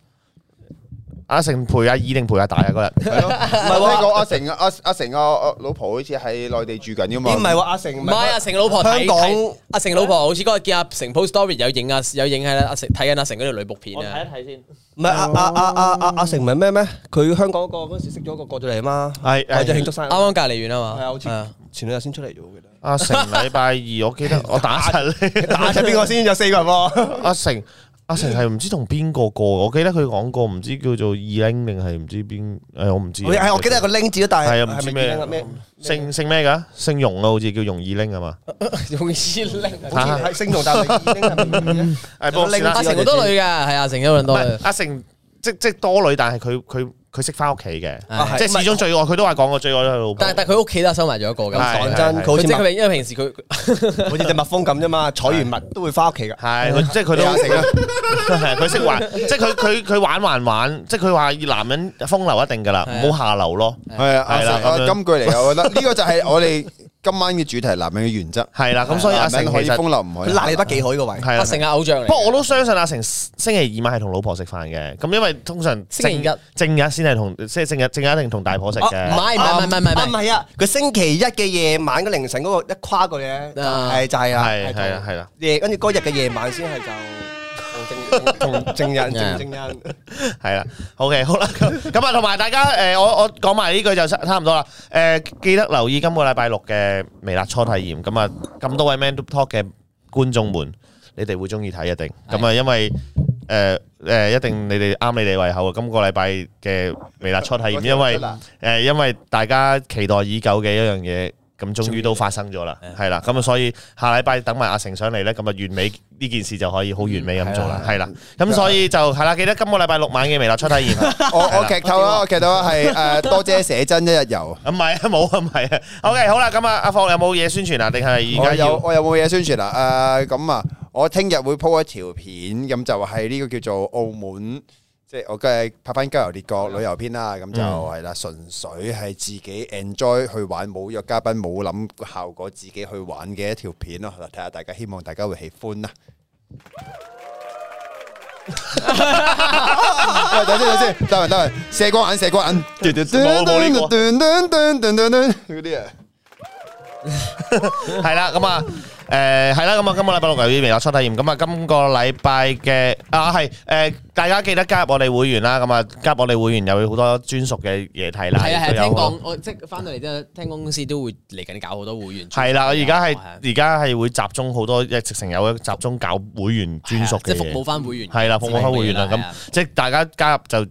阿成陪阿二定陪阿大啊嗰日。
係咯唔係聽講阿成阿阿成阿老婆好似喺內地住緊噶嘛？
咦唔係話阿成
唔係阿成老婆睇
香港
睇阿成老婆好似嗰日見阿成 post story 有影啊，有影係啦，阿成睇緊阿成嗰條女仆片啊。
睇先。
唔係阿阿阿阿阿阿成唔係咩咩？佢香港嗰個嗰時識咗個過咗嚟啊嘛，
係
或者慶
係
祝生日。
啱啱隔離完啊嘛。
係啊，好似
啊
前兩日先出嚟咗，我記得。
阿成禮拜二，我記得我打柒你。
打咗邊個先？有四個人喎。
阿成 阿成係唔知同邊個過，我記得佢講過唔知叫做二拎定係唔知邊誒，我唔知。
係我記得有個拎字咯，但係
係啊唔知
係咪叫
咩
咩？
姓姓咩㗎？姓容啊，好似叫容二拎啊嘛。
用二零
好似係星同但係拎係咪二拎
誒，不過算啦
阿成好多女㗎，係阿成有人
唔
多女
係。阿成即即多女，但係佢佢佢識翻屋企嘅，
啊係
即係始終最愛佢都話講過最愛都係老婆。
但但佢屋企都係收埋咗一個
係
㗎。
講真，佢好
佢
似
即係
蜜
佢因為平時佢
好似隻蜜蜂咁啫嘛，採完蜜都會翻屋企㗎。
係佢即係佢都
阿成啊，
係佢識玩，即係佢佢佢玩還玩，即係佢話男人風流一定㗎啦，
係啊
唔好下流咯。
係啊，阿
係啦
成啊
咁樣
金句嚟㗎，我覺得呢個就係我哋今晚嘅主題，男人嘅原則。
係啦，咁所以阿
男
成
人
其
可以
實
風流，唔可以
佢拿你得幾好呢個位？
係
阿
啦。
成係偶像嚟。
不過我都相信阿成星期二晚係同老婆食飯嘅，咁因為通常
星期日
正日先係同即係正日正日一定同大婆食
哦唔
哦
係唔係唔
嘅。
係唔係
啊
唔
唔
係。
係啊！佢星期一嘅夜晚嘅凌晨嗰個一跨過嘅，
啊
係就係啦，
係
就
係啦係啦，
夜跟住嗰日嘅夜晚先係就同正同正人正正人，
係啦，OK，好啦，咁咁啊，同埋大家誒、呃我我講埋呢句就差差唔多啦。誒、記得留意今個禮拜六嘅微辣初體驗。咁啊，咁多位 Man Talk 嘅觀眾們，你哋會中意睇一定。咁啊，因為誒誒、呃一定你哋啱你哋胃口啊。今個禮拜嘅微辣初體驗，因為誒、呃因為大家期待已久嘅一樣嘢。咁終於都發生咗啦，係啦，咁啊，所以下禮拜等埋阿成上嚟咧，咁啊完美呢件事就可以好完美咁做啦，係啦，咁所以就係啦，記得今個禮拜六晚嘅微辣初體驗。
我我劇透啦，我劇透啦，係誒多姐寫真一日遊。
唔係啊，冇啊，唔係啊。OK，好啦，咁啊，阿霍有冇嘢宣傳啊？定係
我
而家
有
要
我有冇嘢宣傳啊？誒咁啊，我聽日會 po 一條片，咁就係呢個叫做澳門，即係我嘅拍翻《郊遊列國》旅遊篇啦。咁就係啦，純粹係自己 enjoy 去玩，冇約嘉賓，冇諗效果，自己去玩嘅一條片咯。嗱，睇下大家，希望大家會喜歡啦。喂，等先，等先，等陣，等陣，射光眼，射光眼，
冇冇呢個
嗰啲啊。
係啦？咁啊，誒係啦，咁啊，今個禮拜六有啲微辣初體驗。咁啊，今個禮拜嘅啊係誒，大家記得加入我哋會員啦。咁啊，加入我哋會員有好多專屬嘅嘢睇啦。
係啊係啊，
亦都有
聽
好多
講我即係翻到嚟之後，聽講公司都會嚟緊搞好多會員。
係啦，我而家係
係啊
而家係會集中好多，直成有集中搞會員專屬
係啊即
嘅
係服
嘢
務。翻會員。啊
係啦，服務開會員啦，咁即係大家加入就誒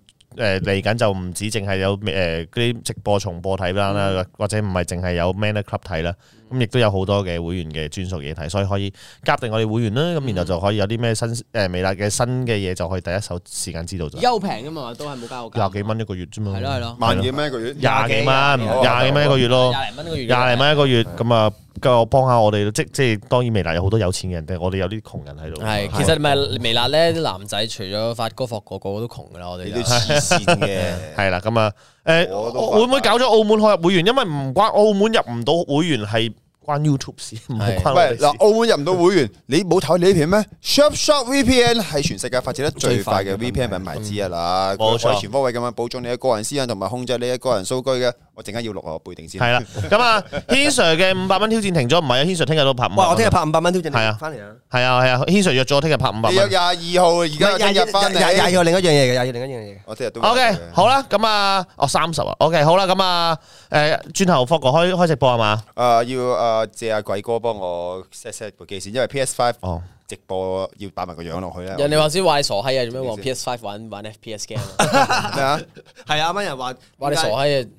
嚟緊就唔止淨係有誒嗰啲直播重播睇啦，或者唔係淨係有 Man Club 睇啦，咁亦都有好多嘅會員嘅專屬嘢睇，所以可以夾定我哋會員啦，咁然後就可以有啲咩新誒微辣嘅新嘅嘢就可以第一手時間知道咗
而，家好平噶嘛，都係冇交過價
廿幾，蚊一個月啫嘛，
係咯係咯
萬幾蚊一個月，
廿幾蚊，
哦
廿幾蚊一個月咯。
廿零蚊一個月，
廿零蚊一個月，咁啊，夠幫下我哋咯即即當然微辣有好多有錢嘅人，但係我哋有啲窮人喺度。
係，其實咪微辣咧，啲男仔除咗發哥、霍哥，個個都窮噶啦，我哋
你
就
哋黐線嘅，
係啦，咁啊，誒，
我都
會唔會搞咗澳門開入會員？因為唔關澳門入唔到會員係關 YouTube 事，唔係
係
關我哋
喂，
事
嗱，澳門入唔到會員，你冇睇你呢片咩？Sharp Sharp VPN 係全世界發展得最快嘅 VPN 品牌之一啦，
冇
佢
錯
可以全方位咁樣保障你嘅個人私隱同埋控制你嘅個人數據嘅。我陣間要錄啊，我背定先。
係啦，咁啊，Hen Sir 嘅五百蚊挑戰停咗，唔係啊，Hen Sir 聽日都拍五百蚊。
哇！我聽日拍五百蚊挑戰
係啊
你，翻嚟啊！
係啊係啊，Hen Sir 約咗我聽日拍五百
你約
蚊。
廿二號，而家
廿
聽日翻
廿廿
嚟。
廿另一樣嘢嘅，廿另一樣嘢嘅。
我聽日都會
O K，
嘅
好啦，咁啊，哦三十啊，O K，好啦，咁啊，誒，轉頭霍哥開開直播係嘛？
啊，要啊借阿鬼哥幫我 set set 部機先，因為 PS Five
哦，
直播要擺埋個樣落去咧。
Dạ,
人哋話先話你傻閪啊，做咩
咩
玩
事
PS Five 玩玩 FPS game 啊？
咩啊？
係啊，啱啱人話
話你傻閪啊！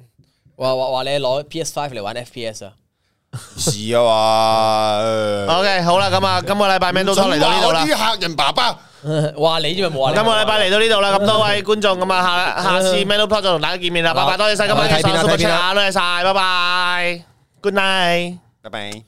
話話話你攞 PS Five 嚟玩 FPS 啊！
是啊嘛。
O K，好啦，咁啊，今個禮拜 Man 都嚟到呢度啦
呢。客人爸爸。
哇！你知咪冇話
啊
你
今個禮啊拜嚟到呢度啦，咁多位觀眾咁
嗯
啊，下下次 Man Talk 再同大家見面啦，拜拜，多謝晒今晚嘅
啊睇片啦啊
super
睇片
chat，
啦
多謝晒，拜拜，Good night。
拜拜。